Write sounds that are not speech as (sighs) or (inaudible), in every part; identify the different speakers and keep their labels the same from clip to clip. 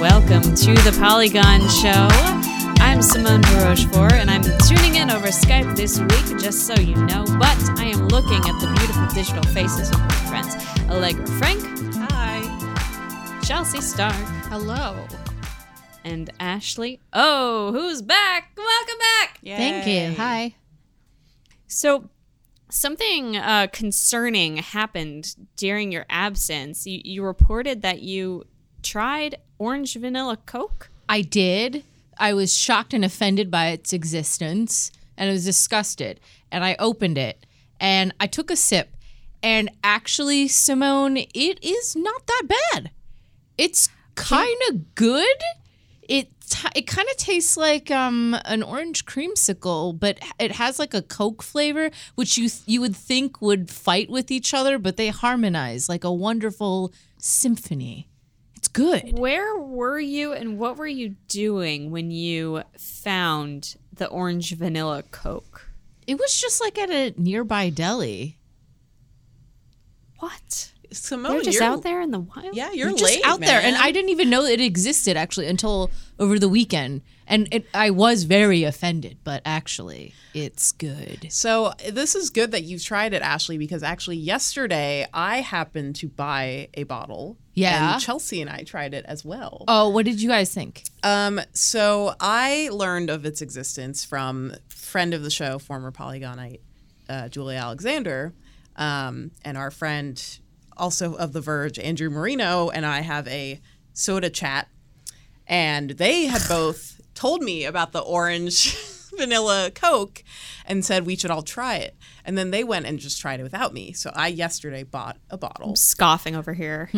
Speaker 1: welcome to the Polygon Show. I'm Simone Rochefort, and I'm tuning in over Skype this week, just so you know. But I am looking at the beautiful digital faces of my friends Allegra Frank,
Speaker 2: Hi.
Speaker 1: Chelsea Stark,
Speaker 2: Hello.
Speaker 1: and Ashley. Oh, who's back? Welcome back!
Speaker 3: Thank you. Hi.
Speaker 1: So, something uh, concerning happened during your absence. You, you reported that you tried orange vanilla Coke.
Speaker 3: I did. I was shocked and offended by its existence, and I was disgusted. And I opened it, and I took a sip. And actually, Simone, it is not that bad. It's kind of good. It t- it kind of tastes like um, an orange creamsicle, but it has like a Coke flavor, which you th- you would think would fight with each other, but they harmonize like a wonderful symphony. It's good.
Speaker 1: Where were you and what were you doing when you found the orange vanilla Coke?
Speaker 3: It was just like at a nearby deli.
Speaker 1: What?
Speaker 2: Simone,
Speaker 1: They're just
Speaker 2: Oh, you're,
Speaker 1: out there in the wild?
Speaker 2: Yeah, you're,
Speaker 3: just
Speaker 2: late,
Speaker 3: out there, and
Speaker 2: man.
Speaker 3: I didn't even know it existed actually until over the weekend. And it, I was very offended, but actually, it's good.
Speaker 2: So this is good that you tried it, Ashley, because actually yesterday I happened to buy a bottle.
Speaker 3: Yeah.
Speaker 2: And Chelsea and I tried it as well.
Speaker 3: Oh, what did you guys think?
Speaker 2: Um, so I learned of its existence from friend of the show, former Polygonite, uh, Julia Alexander, um, and our friend also of The Verge, Andrew Marino, and I have a soda chat, and they had both told me about the orange (laughs) vanilla Coke and said we should all try it. And then they went and just tried it without me. So I yesterday bought a bottle.
Speaker 1: Scoffing over (laughs) here.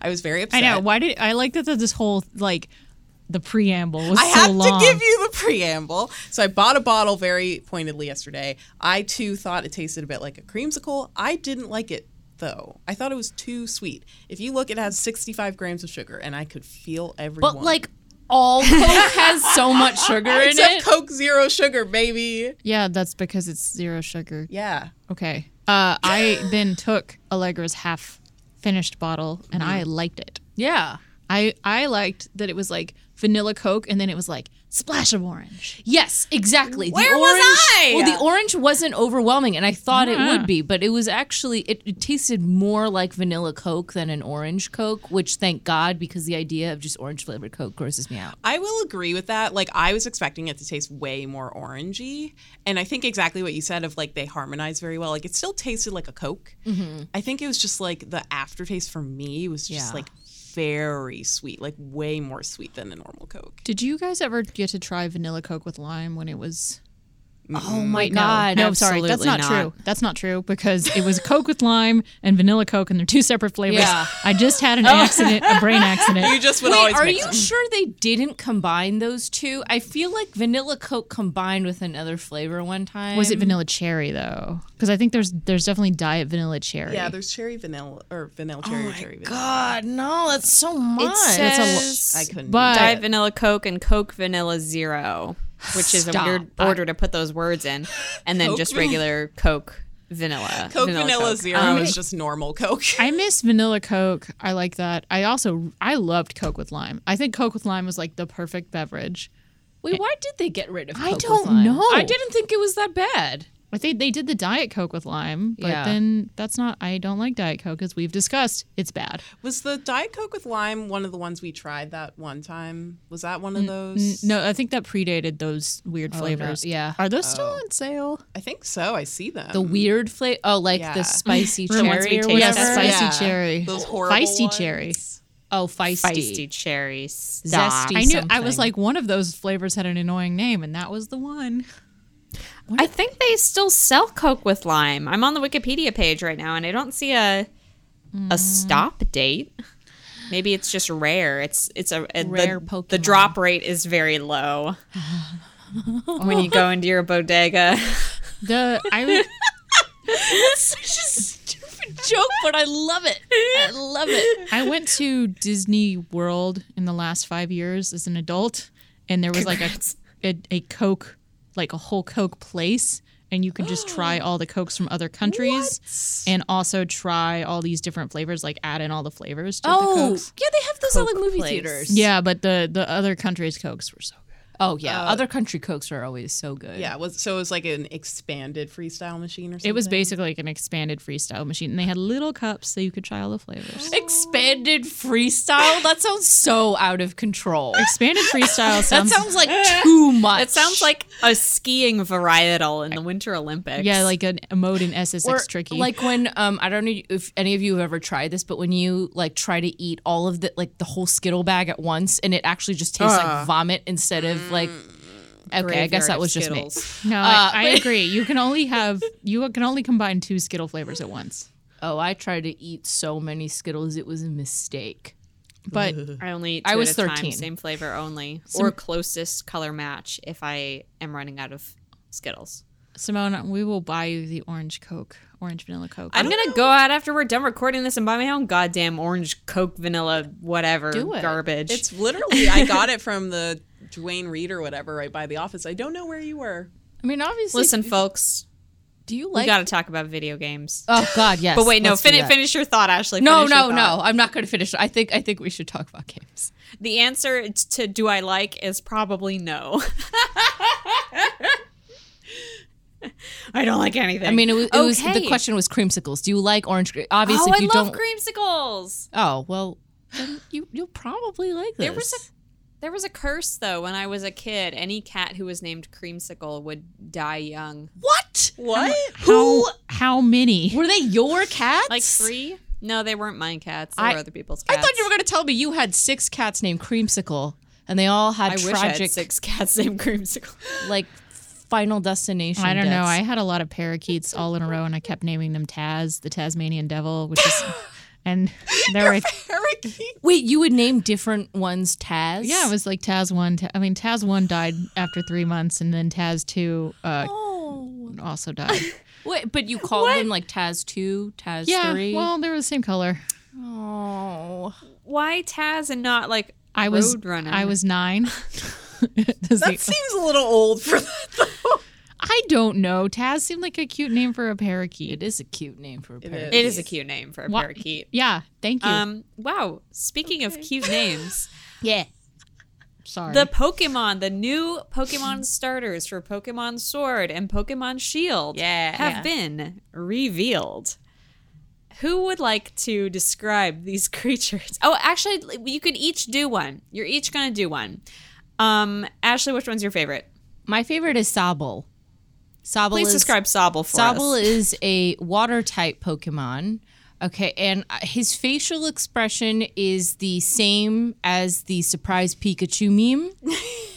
Speaker 2: I was very
Speaker 4: I
Speaker 2: upset.
Speaker 4: know. Why did I like that? that This whole like the preamble was
Speaker 2: I
Speaker 4: so
Speaker 2: have
Speaker 4: long.
Speaker 2: to give you the preamble. So I bought a bottle very pointedly yesterday. I too thought it tasted a bit like a creamsicle. I didn't like it though. I thought it was too sweet. If you look, it has 65 grams of sugar, and I could feel everyone.
Speaker 3: But like, all Coke has so much
Speaker 4: (laughs)
Speaker 3: sugar in
Speaker 2: except
Speaker 3: it.
Speaker 2: Coke Zero Sugar, baby.
Speaker 4: yeah, that's because it's zero sugar.
Speaker 2: Yeah.
Speaker 4: Okay. Uh, I then took Allegra's half finished bottle and I liked it.
Speaker 3: Yeah,
Speaker 4: I I liked that it was like vanilla Coke and then it was like splash of orange.
Speaker 3: Yes, exactly.
Speaker 1: Where
Speaker 3: the
Speaker 1: was
Speaker 3: orange,
Speaker 1: I?
Speaker 3: Well, the orange wasn't overwhelming, and I thought it
Speaker 4: Hmm.
Speaker 3: would be, but it was actually it, it tasted more like vanilla Coke than an orange Coke, which thank God because the idea of just orange flavored Coke grosses me out.
Speaker 2: I will agree with that. Like I was expecting it to taste way more orangey, and I think exactly what you said of like they harmonize very well. Like it still tasted like a Coke. I think it was just like the aftertaste for me was just
Speaker 3: Yeah.
Speaker 2: like very sweet, like way more sweet than a normal Coke.
Speaker 4: Did you guys ever get to try vanilla Coke with lime when it was?
Speaker 2: Mm,
Speaker 3: Oh my
Speaker 4: No.
Speaker 3: God!
Speaker 4: no, sorry, that's
Speaker 1: absolutely
Speaker 4: not,
Speaker 1: not.
Speaker 4: true. That's not true because it was Coke with lime and vanilla Coke, and they're two separate flavors.
Speaker 3: Yeah.
Speaker 4: I just had an accident, a brain accident.
Speaker 2: You just would
Speaker 3: Wait,
Speaker 2: always.
Speaker 3: are
Speaker 2: mix
Speaker 3: you
Speaker 2: them.
Speaker 3: sure they didn't combine those two? I feel like vanilla Coke combined with another flavor one time.
Speaker 4: Was it vanilla cherry though? Because I think there's there's definitely diet vanilla cherry.
Speaker 2: Yeah, there's cherry vanilla or vanilla cherry cherry vanilla.
Speaker 3: God, no, that's so much.
Speaker 1: It says
Speaker 2: I couldn't.
Speaker 4: but-
Speaker 1: Diet Vanilla Coke and Coke Vanilla Zero, which is
Speaker 3: Stop.
Speaker 1: a weird order to put those words in, and then
Speaker 2: Coke
Speaker 1: just
Speaker 2: van-
Speaker 1: regular Coke Vanilla.
Speaker 2: Coke vanilla,
Speaker 1: Coke.
Speaker 2: zero
Speaker 1: Um,
Speaker 2: is just normal Coke.
Speaker 4: I miss vanilla Coke. I like that. I also I loved Coke with lime. I think Coke with lime was like the perfect beverage.
Speaker 3: Wait, why did they get rid of? Coke
Speaker 4: I
Speaker 3: with
Speaker 4: don't
Speaker 3: lime?
Speaker 4: know.
Speaker 3: I didn't think it was that bad.
Speaker 4: I think they did the diet Coke with lime, but
Speaker 3: Yeah.
Speaker 4: then that's not. I don't like diet Coke as we've discussed. It's bad.
Speaker 2: (laughs) Was the Diet Coke with lime one of the ones we tried that one time? Was that one of those?
Speaker 4: No, I think that predated Oh, those
Speaker 3: Oh,
Speaker 4: weird flavors.
Speaker 3: yeah.
Speaker 4: Are those still on sale?
Speaker 2: I think so. I see them.
Speaker 3: Oh. the weird flavor. Oh, like
Speaker 2: Yeah.
Speaker 3: the
Speaker 4: (laughs)
Speaker 3: spicy
Speaker 4: Or once we
Speaker 3: cherry or
Speaker 1: taste
Speaker 3: whatever.
Speaker 1: it.
Speaker 4: Yes,
Speaker 1: Whatever.
Speaker 4: spicy
Speaker 2: Yeah.
Speaker 4: cherry.
Speaker 2: Those horrible
Speaker 4: feisty
Speaker 2: ones.
Speaker 4: cherry.
Speaker 3: Oh, feisty.
Speaker 1: Feisty cherry. Stop.
Speaker 3: Zesty.
Speaker 4: I knew. I was
Speaker 3: something.
Speaker 4: like, one of those flavors had an annoying name, and that was the one.
Speaker 1: I think they still sell Coke with lime. I'm on the Wikipedia page right now, and I don't see a
Speaker 3: Mm.
Speaker 1: a stop date. Maybe it's just rare. It's it's a, a-
Speaker 3: Rare
Speaker 1: the, the
Speaker 3: Pokemon.
Speaker 1: drop rate is very
Speaker 3: (laughs)
Speaker 1: low when you go into your bodega.
Speaker 4: The (laughs) I.
Speaker 3: such a stupid joke, but I love it. I love
Speaker 4: (laughs)
Speaker 3: it.
Speaker 4: I went to Disney World in the last five years as an adult, and there was like a, a a Coke, like a whole Coke place, and you can
Speaker 3: (gasps)
Speaker 4: just try all the cokes from other countries and also try all these different flavors like add in all the flavors to the
Speaker 3: Oh,
Speaker 4: cokes
Speaker 3: yeah, they have those at like movie
Speaker 1: place.
Speaker 3: theaters.
Speaker 4: yeah but the the other countries cokes were so good
Speaker 3: Oh yeah, other country cokes are always so good.
Speaker 2: Yeah, it was so it was like an expanded freestyle machine or something.
Speaker 4: it was basically like an expanded freestyle machine and they had little cups so you could try all the flavors
Speaker 3: Expanded freestyle? That sounds so out of (laughs) control.
Speaker 4: expanded freestyle
Speaker 3: (laughs) That
Speaker 4: sounds,
Speaker 3: sounds like too
Speaker 1: (laughs)
Speaker 3: much.
Speaker 1: It sounds like a skiing varietal in the Winter Olympics.
Speaker 4: yeah like an a mode in ssx
Speaker 3: Or,
Speaker 4: tricky
Speaker 3: Like when um I don't know if any of you have ever tried this, but when you like try to eat all of the like the whole Skittle bag at once and it actually just tastes like vomit instead of like Okay, I guess that was just me.
Speaker 4: no I, I agree you can (laughs) only have you can only combine two skittle flavors at once
Speaker 3: Oh, I tried to eat so many Skittles it was a mistake.
Speaker 4: but
Speaker 1: I only
Speaker 3: I
Speaker 1: I
Speaker 3: was
Speaker 1: was at a
Speaker 3: 13.
Speaker 1: Time, same flavor only, or closest color match if I am running out of Skittles.
Speaker 4: Simone, we will buy you the orange Coke, orange vanilla Coke.
Speaker 1: I'm gonna go out after we're done recording this and buy my own goddamn orange Coke vanilla whatever
Speaker 3: Do it.
Speaker 1: garbage.
Speaker 2: It's literally (laughs) I got it from the Dwayne Reed or whatever right by the office. I don't know where you were.
Speaker 3: I mean, obviously
Speaker 1: listen, folks.
Speaker 3: do you
Speaker 1: we
Speaker 3: like
Speaker 1: gotta talk about video games.
Speaker 3: Oh (laughs) god, yes.
Speaker 1: but wait, no.
Speaker 3: let's do
Speaker 1: Finish
Speaker 3: that.
Speaker 1: finish your thought, Ashley.
Speaker 3: No,
Speaker 1: Finish your
Speaker 3: no,
Speaker 1: thought.
Speaker 3: no. I'm not going to finish. I think I think we should talk about games.
Speaker 1: The answer to do I like is probably no. (laughs) I don't like anything.
Speaker 3: I mean, it was, it was the
Speaker 1: Okay.
Speaker 3: question was creamsicles. Do you like orange? cre- Obviously,
Speaker 1: oh,
Speaker 3: if you
Speaker 1: I love
Speaker 3: don't.
Speaker 1: creamsicles.
Speaker 3: oh well, (laughs) then you you'll probably like this.
Speaker 1: There was There was a curse though when I was a kid. Any cat who was named creamsicle would die young.
Speaker 3: what?
Speaker 2: What?
Speaker 4: how, how many?
Speaker 3: Were they your cats?
Speaker 1: Like three? No, they weren't my cats. They
Speaker 3: I-
Speaker 1: were other people's
Speaker 3: I
Speaker 1: cats.
Speaker 3: thought you were going to tell me you had six cats named Creamsicle, and they all had
Speaker 1: I wish I
Speaker 3: tragic,
Speaker 1: had six cats named creamsicle.
Speaker 3: like Final Destination.
Speaker 4: I don't know.
Speaker 3: deaths.
Speaker 4: I had a lot of parakeets all in a row, and I kept naming them Taz, the Tasmanian Devil, which
Speaker 3: (laughs)
Speaker 4: is, and there were
Speaker 2: (laughs) Parakeet.
Speaker 3: wait. You would name different ones Taz.
Speaker 4: yeah, it was like Taz one. Ta- I mean, Taz one died after three months, and then Taz two uh,
Speaker 3: Oh.
Speaker 4: also (laughs) died.
Speaker 3: Wait, but (laughs) you called them like Taz two, Taz
Speaker 4: yeah,
Speaker 3: three.
Speaker 4: well, they were the same color.
Speaker 3: oh.
Speaker 1: Why Taz and not like
Speaker 4: I was
Speaker 1: Roadrunner.
Speaker 4: I was (laughs) nine. That's
Speaker 2: That
Speaker 4: the-
Speaker 2: seems a little old for that though.
Speaker 4: I don't know. Taz seemed like a cute name for a
Speaker 3: It
Speaker 4: parakeet.
Speaker 3: is a cute name for a parrot.
Speaker 1: It is a cute name for a
Speaker 4: Wha-
Speaker 1: parakeet.
Speaker 4: Yeah, thank you.
Speaker 1: Um wow, speaking of cute names,
Speaker 3: Yeah.
Speaker 4: Sorry.
Speaker 1: the Pokemon, the new Pokemon starters for Pokemon Sword and Pokemon Shield
Speaker 2: Yeah.
Speaker 1: have been revealed. Who would like to describe these (laughs) creatures? Oh, actually, you could each do one. You're each going to do one. Um, Ashley, which one's your favorite?
Speaker 3: My favorite is Sobble. Sobble
Speaker 1: Please
Speaker 3: is,
Speaker 1: describe Sobble for
Speaker 3: Sobble
Speaker 1: us.
Speaker 3: is a water type Pokemon. Okay, and uh, his facial expression is the same as the surprise Pikachu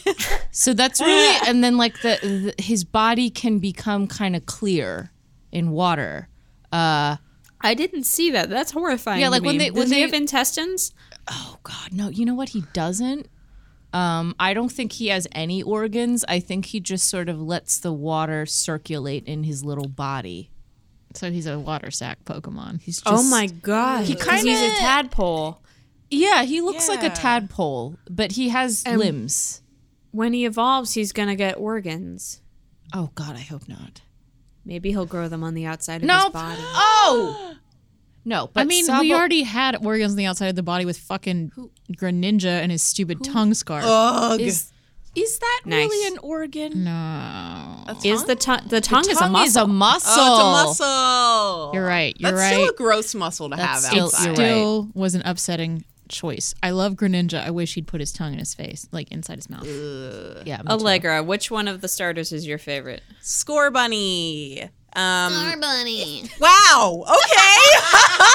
Speaker 1: (laughs)
Speaker 3: meme. so that's really, and then like the, the his body can become kind of clear in water. Uh,
Speaker 1: I didn't see that. That's horrifying.
Speaker 3: Yeah,
Speaker 1: to
Speaker 3: like when
Speaker 1: me.
Speaker 3: they- when
Speaker 1: Does he
Speaker 3: they-
Speaker 1: have intestines?
Speaker 3: oh God, no! You know what? He doesn't. Um, I don't think he has any organs. I think he just sort of lets the water circulate in his little body.
Speaker 4: so he's a water sack Pokemon.
Speaker 3: He's
Speaker 1: Oh
Speaker 3: just,
Speaker 1: god, he
Speaker 3: kinda-
Speaker 1: he's a tadpole.
Speaker 3: Yeah, he looks like
Speaker 2: Yeah.
Speaker 3: a tadpole, but he has limbs.
Speaker 1: When he evolves, he's gonna get organs.
Speaker 3: Oh God, I hope not.
Speaker 1: Maybe he'll grow them on the outside of his body.
Speaker 3: Oh no, but
Speaker 4: I mean, we already had organs on the outside of the body with fucking Greninja and his stupid tongue scarf.
Speaker 2: Ugh.
Speaker 3: is, is that
Speaker 1: Nice.
Speaker 3: really an organ?
Speaker 4: no,
Speaker 1: Is the tongue the tongue, is a
Speaker 3: Tongue
Speaker 1: muscle?
Speaker 3: muscle.
Speaker 2: oh, it's a muscle.
Speaker 4: you're right. You're
Speaker 2: That's
Speaker 4: right.
Speaker 2: still a gross muscle to
Speaker 3: That's
Speaker 2: have
Speaker 3: still-
Speaker 2: outside.
Speaker 3: you're
Speaker 4: Still was an upsetting choice. I love Greninja. I wish he'd put his tongue in his face, like inside his mouth.
Speaker 3: Yeah, me too.
Speaker 1: Allegra, which one of the starters is your favorite?
Speaker 2: Score bunny. Um, Score bunny. Wow. (laughs) Okay.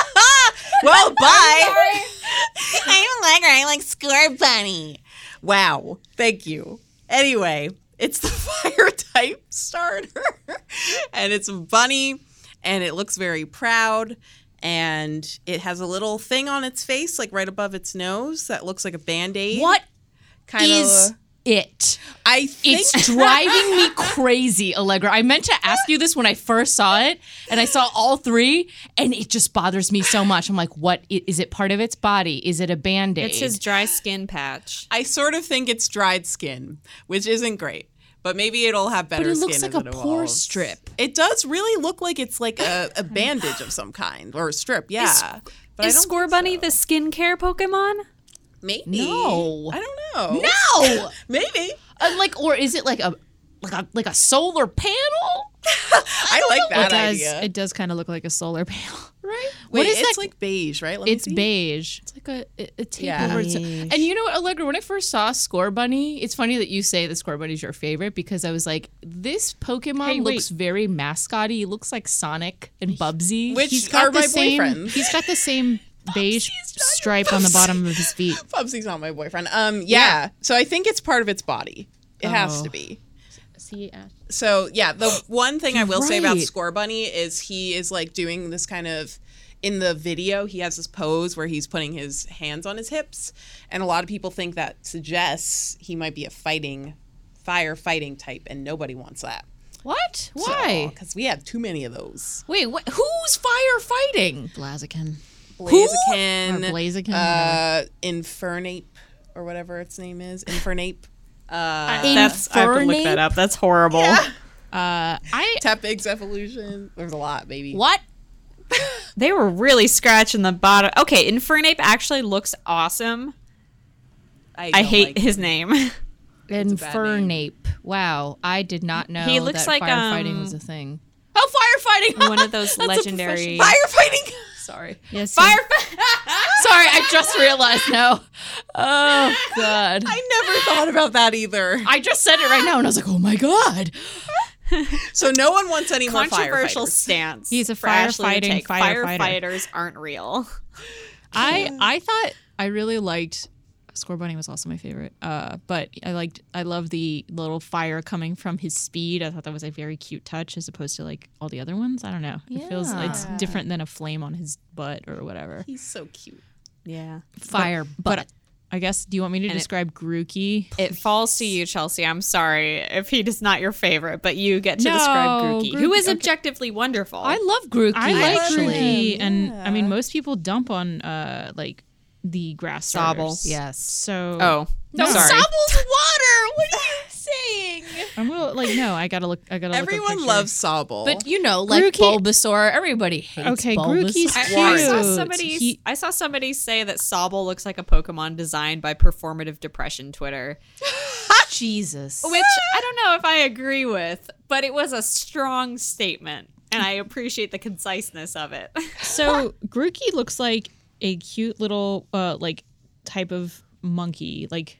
Speaker 2: well, bye. I'm Allegra. (laughs) I like score bunny. Wow. Thank you. Anyway, it's the (laughs) fire type starter, and it's a bunny, and it looks very proud. And it has a little thing on its face, like right above its nose, that looks like a band aid.
Speaker 3: What
Speaker 2: kind
Speaker 3: is
Speaker 2: of?
Speaker 3: it?
Speaker 2: I think
Speaker 3: It's driving me crazy, Allegra. I meant to ask you this when I first saw it, and I saw all three, and it just bothers me so much. I'm like, what i- is it? Part of its body? Is it a band aid?
Speaker 1: It's his dry skin patch.
Speaker 2: I sort of think it's dried skin, which isn't great. but maybe it'll have better.
Speaker 3: But it looks
Speaker 2: skin
Speaker 3: like
Speaker 2: as
Speaker 3: a
Speaker 2: it
Speaker 3: pore
Speaker 2: evolves.
Speaker 3: strip.
Speaker 2: It does really look like it's like
Speaker 3: (laughs)
Speaker 2: a, a bandage of some kind or a strip. Yeah, but
Speaker 1: Is
Speaker 2: I don't
Speaker 1: Score Bunny the skincare Pokemon?
Speaker 2: maybe.
Speaker 3: No.
Speaker 2: I don't know.
Speaker 3: No,
Speaker 2: (laughs) maybe.
Speaker 3: Uh, like or is it like a like a like a solar panel?
Speaker 2: I, like
Speaker 4: It
Speaker 2: that
Speaker 4: does.
Speaker 2: idea.
Speaker 4: It does kind of look like a
Speaker 3: (laughs)
Speaker 4: solar panel, right?
Speaker 2: Wait,
Speaker 3: what is
Speaker 2: it's
Speaker 3: that?
Speaker 2: like beige, right? Let me
Speaker 4: It's
Speaker 2: see.
Speaker 4: beige. It's like a, a- a tape
Speaker 2: Yeah.
Speaker 4: over. It's and you know what, Allegra? When I first saw Score Bunny, it's funny that you say the Score Bunny's your favorite because I was like, this Pokemon
Speaker 3: Hey,
Speaker 4: looks very mascotty. He looks like Sonic and Bubsy.
Speaker 2: Which
Speaker 4: he's
Speaker 2: are
Speaker 4: got the
Speaker 2: my
Speaker 4: same,
Speaker 2: boyfriends.
Speaker 4: He's got the
Speaker 2: (laughs)
Speaker 4: same beige stripe on the bottom of his feet.
Speaker 2: Pubsy's not my boyfriend. Um, yeah. So I think it's part of its body. It has
Speaker 4: Oh.
Speaker 2: to be.
Speaker 4: See,
Speaker 2: So
Speaker 4: (gasps)
Speaker 2: yeah, the one thing I will say about
Speaker 4: Right.
Speaker 2: Score Bunny is he is like doing this kind of in the video he has this pose where he's putting his hands on his hips and a lot of people think that suggests he might be a fighting firefighting type and nobody wants that.
Speaker 3: what?
Speaker 4: why?
Speaker 2: Cuz we have too many of those.
Speaker 3: Wait, what, who's firefighting?
Speaker 4: Blaziken. Or
Speaker 2: Blaziken,
Speaker 4: Blaziken.
Speaker 2: uh Infernape or whatever its name is, Infernape.
Speaker 1: That's I have to look that up. That's horrible.
Speaker 4: I
Speaker 2: Tepig's evolution. There's a lot, baby.
Speaker 3: What?
Speaker 1: They were really scratching the bottom. Okay, Infernape actually looks awesome. I
Speaker 2: don't
Speaker 1: hate
Speaker 2: like-
Speaker 1: his name. (laughs)
Speaker 4: Infernape. Wow, I did not know
Speaker 1: He looks
Speaker 4: that
Speaker 1: like,
Speaker 4: firefighting
Speaker 1: um,
Speaker 4: was a thing. Oh, firefighting!
Speaker 1: One of (laughs) those legendary.
Speaker 2: Firefighting.
Speaker 3: Sorry.
Speaker 4: Yes,
Speaker 3: Fire.
Speaker 4: Sorry, I just realized now. Oh God!
Speaker 2: (laughs) I never thought about that either.
Speaker 4: I just said it right now, and I was like, "Oh my God!"
Speaker 2: So no one wants any more
Speaker 1: controversial
Speaker 2: firefighters.
Speaker 1: stance.
Speaker 4: He's a
Speaker 1: for Ashley to
Speaker 4: firefighting
Speaker 1: take.
Speaker 4: firefighter.
Speaker 1: Firefighters aren't real.
Speaker 4: I I thought I really liked. Score Bunny was also my favorite, uh, but I liked I love the little fire coming from his speed. I thought that was a very cute touch, as opposed to like all the other ones. I don't know. It feels
Speaker 3: Yeah.
Speaker 4: it's different than a flame on his butt or whatever.
Speaker 2: He's so cute.
Speaker 1: Yeah.
Speaker 4: Fire butt. I guess. Do you want me to
Speaker 1: it-
Speaker 4: describe Grookey?
Speaker 1: It falls to you, Chelsea. I'm sorry if he is not your favorite, but you get to describe
Speaker 4: No,
Speaker 1: Grookey, who
Speaker 4: Grookey-
Speaker 1: is
Speaker 4: okay.
Speaker 1: objectively wonderful.
Speaker 4: I love Grookey.
Speaker 2: I like
Speaker 4: actually,
Speaker 2: Grookey,
Speaker 4: and I mean, most people dump on uh like the grass
Speaker 1: Sobble.
Speaker 4: starters.
Speaker 3: Yes.
Speaker 4: So
Speaker 1: oh,
Speaker 4: No,
Speaker 1: sorry.
Speaker 3: Sobble's water. What are you saying?
Speaker 4: I'm gonna like no. I gotta look. I gotta. look
Speaker 2: Everyone
Speaker 4: up
Speaker 2: loves Sobble.
Speaker 3: But you know, like
Speaker 4: Grookey-
Speaker 3: Bulbasaur, everybody hates
Speaker 4: Okay,
Speaker 3: Bulbasaur.
Speaker 4: Grookey's
Speaker 1: I,
Speaker 4: cute.
Speaker 1: I saw somebody.
Speaker 4: He-
Speaker 1: I saw somebody say that Sobble looks like a Pokemon designed by performative depression Twitter,
Speaker 3: Jesus.
Speaker 4: Oh,
Speaker 1: which I don't know if I agree with, but it was a strong statement, and I appreciate the conciseness of it. (laughs)
Speaker 4: So Grookey looks like a cute little uh like type of monkey. Like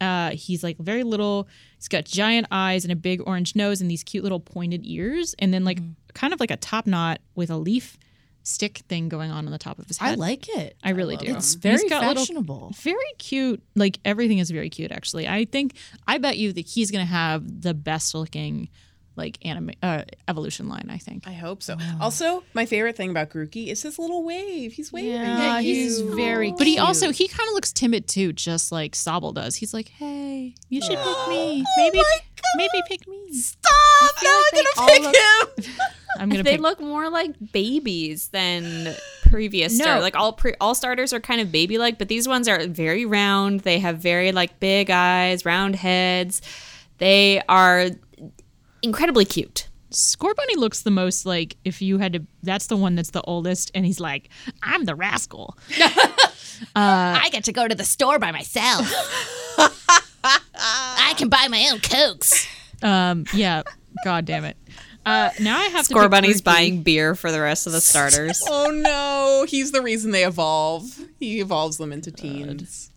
Speaker 4: uh he's like very little. He's got giant eyes and a big orange nose and these cute little pointed ears and then like
Speaker 3: Mm-hmm.
Speaker 4: kind of like a top knot with a leaf stick thing going on on the top of his head.
Speaker 3: I like it.
Speaker 4: I really do.
Speaker 3: It's
Speaker 4: He's
Speaker 3: very
Speaker 4: got little-
Speaker 3: fashionable.
Speaker 4: very cute. Like everything is very cute. Actually, I think I bet you that he's gonna have the best looking like anime uh, evolution line. I think.
Speaker 2: I hope so. Also, my favorite thing about Grookey is his little wave. He's waving.
Speaker 4: Yeah,
Speaker 2: at
Speaker 4: he's
Speaker 2: you.
Speaker 4: very. But he also he kind of looks timid too, just like Sobble does. He's like, "Hey, you should pick me.
Speaker 1: Oh
Speaker 4: Maybe, maybe pick me.
Speaker 2: Stop! Now
Speaker 3: like
Speaker 2: I'm
Speaker 3: they
Speaker 2: gonna pick
Speaker 3: all
Speaker 2: him. (laughs)
Speaker 4: I'm gonna
Speaker 1: they
Speaker 4: pick.
Speaker 1: look more like babies than previous
Speaker 4: No.
Speaker 1: starter. Like all pre- all starters are kind of baby like, but these ones are very round. They have very like big eyes, round heads. They are incredibly cute.
Speaker 4: Score Bunny looks the most like if you had to. That's the one that's the oldest, and he's like, "I'm the rascal." Uh,
Speaker 3: I get to go to the store
Speaker 4: (laughs)
Speaker 3: by myself. I can buy my own cokes.
Speaker 4: Um, yeah. (laughs) God damn it. Uh, now I have to
Speaker 1: Score
Speaker 4: pick
Speaker 1: Bunny's
Speaker 4: Grookey.
Speaker 1: buying beer for the rest of the starters.
Speaker 2: oh no, he's the reason they evolve. He evolves them into teens.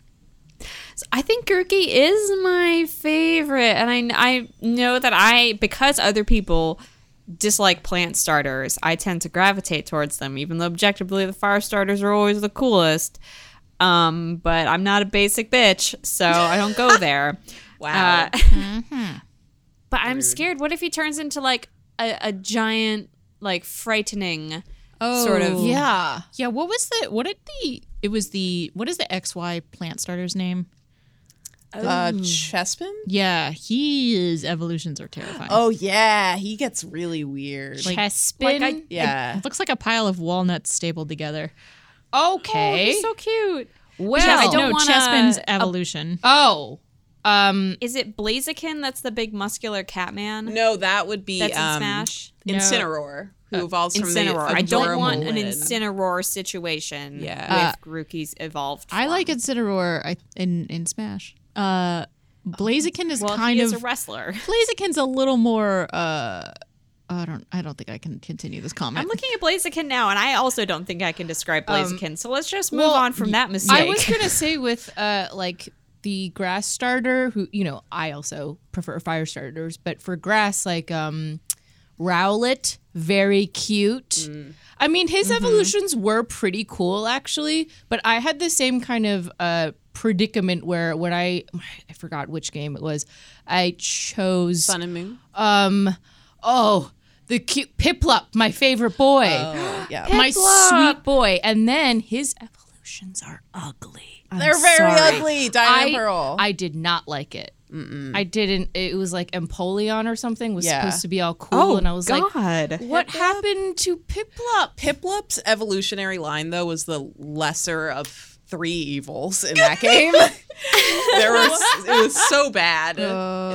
Speaker 1: I think Gurki is my favorite, and I I know that I because other people dislike plant starters, I tend to gravitate towards them, even though objectively the fire starters are always the coolest. Um, but I'm not a basic bitch, so I don't go there. wow. But I'm scared. What if he turns into like a, a giant, like frightening sort of
Speaker 3: Yeah.
Speaker 4: Yeah. What was the? What did the? It was the. What is the XY plant starter's name?
Speaker 2: Uh, Chespin.
Speaker 4: Yeah, his evolutions are terrifying.
Speaker 2: Oh yeah, he gets really weird.
Speaker 4: Like-
Speaker 3: Chespin.
Speaker 1: like I-
Speaker 2: yeah.
Speaker 4: It looks like a pile of walnuts stapled together.
Speaker 1: Oh,
Speaker 3: okay.
Speaker 1: he's so cute.
Speaker 3: well,
Speaker 1: I don't
Speaker 4: Oh, no,
Speaker 1: wanna-
Speaker 4: Chespin's evolution.
Speaker 3: Oh. Um,
Speaker 1: Is it Blaziken that's the big muscular cat man?
Speaker 2: No, that would be
Speaker 1: That's in
Speaker 2: um,
Speaker 1: Smash?
Speaker 2: Incineroar, who evolves from the
Speaker 1: Incineroar. I don't
Speaker 2: adorable
Speaker 1: want an
Speaker 2: lid.
Speaker 1: Incineroar situation
Speaker 2: Yeah.
Speaker 1: with Grookey's evolved.
Speaker 4: I
Speaker 1: form.
Speaker 4: like Incineroar I, in in Smash. Uh, Blaziken is
Speaker 1: well,
Speaker 4: kind
Speaker 1: he is
Speaker 4: of
Speaker 1: a wrestler.
Speaker 4: Blaziken's a little more. Uh, I don't. I don't think I can continue this comment.
Speaker 1: I'm looking at Blaziken now, and I also don't think I can describe Blaziken. so let's just move
Speaker 3: well,
Speaker 1: on from that mistake.
Speaker 3: I
Speaker 1: (laughs)
Speaker 3: was gonna say with uh like the grass starter who you know I also prefer fire starters but for grass like um Rowlet very cute.
Speaker 4: Mm.
Speaker 3: I mean his
Speaker 4: Mm-hmm.
Speaker 3: evolutions were pretty cool actually but I had the same kind of uh predicament where when I I forgot which game it was I chose
Speaker 2: Sun and Moon.
Speaker 3: um oh the cute Piplup my favorite boy
Speaker 2: Oh, yeah.
Speaker 3: (gasps) my
Speaker 1: Piplup.
Speaker 3: sweet boy. And then his evolutions are ugly. I'm
Speaker 2: They're very
Speaker 3: sorry.
Speaker 2: ugly. Diana
Speaker 3: I,
Speaker 2: Pearl.
Speaker 3: I did not like it. I didn't. It was like Empoleon or something was
Speaker 2: Yeah.
Speaker 3: supposed to be all cool, and I was like, "What happened to Piplup?"
Speaker 2: Piplup's evolutionary line, though, was the lesser of three evils in that game. there was it was so bad in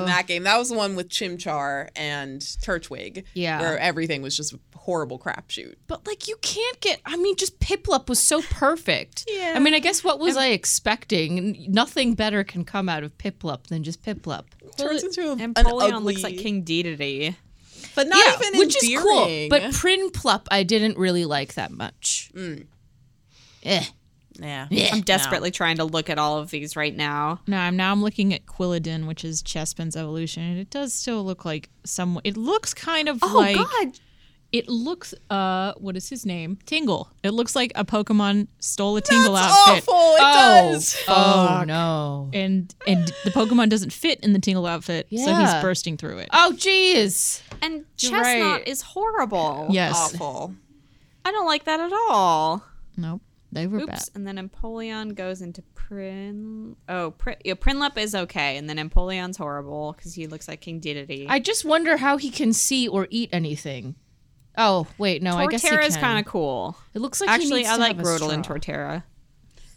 Speaker 2: that game. That was the one with Chimchar and Turtwig,
Speaker 3: Yeah.
Speaker 2: where everything was just horrible crapshoot.
Speaker 3: But like, you can't get. I mean, just Piplup was so perfect. yeah. I mean, I guess what was I expecting? N- Nothing better can come out of Piplup than just Piplup.
Speaker 2: Turns into a, an
Speaker 1: And
Speaker 2: ugly,
Speaker 1: Polion looks like King Dedede.
Speaker 2: but not even
Speaker 3: which
Speaker 2: endearing.
Speaker 3: is cool. But Prinplup, I didn't really like that much. Eh.
Speaker 2: yeah,
Speaker 1: I'm desperately trying to look at all of these right now.
Speaker 4: No, I'm now I'm looking at Quilladin, which is Chespin's evolution, and it does still look like some. It looks kind of like
Speaker 1: Oh God.
Speaker 4: it looks. Uh, what is his name? Tingle. It looks like a Pokemon stole a Tingle
Speaker 2: That's
Speaker 4: outfit.
Speaker 2: awful. It
Speaker 3: Oh,
Speaker 2: does.
Speaker 3: oh no.
Speaker 4: And and the Pokemon doesn't fit in the Tingle outfit, so
Speaker 3: Yeah.
Speaker 4: he's bursting through it.
Speaker 3: Oh, jeez.
Speaker 1: And
Speaker 3: You're
Speaker 1: Chestnut
Speaker 3: right.
Speaker 1: is horrible.
Speaker 4: Yes.
Speaker 2: Awful.
Speaker 1: I don't like that at all.
Speaker 4: Nope. They were bad.
Speaker 1: Oops. And then Empoleon goes into Prin. Oh, Prin- yeah, Prinlup is okay. And then Empoleon's horrible because he looks like King Dedede.
Speaker 3: I just wonder how he can see or eat anything. Oh, wait, no, I guess he
Speaker 1: Torterra is
Speaker 3: can.
Speaker 1: kind of cool.
Speaker 3: It looks like he
Speaker 1: Actually,
Speaker 3: needs
Speaker 1: I
Speaker 3: to
Speaker 1: like
Speaker 3: have a
Speaker 1: Rotal and
Speaker 3: straw.
Speaker 1: Torterra.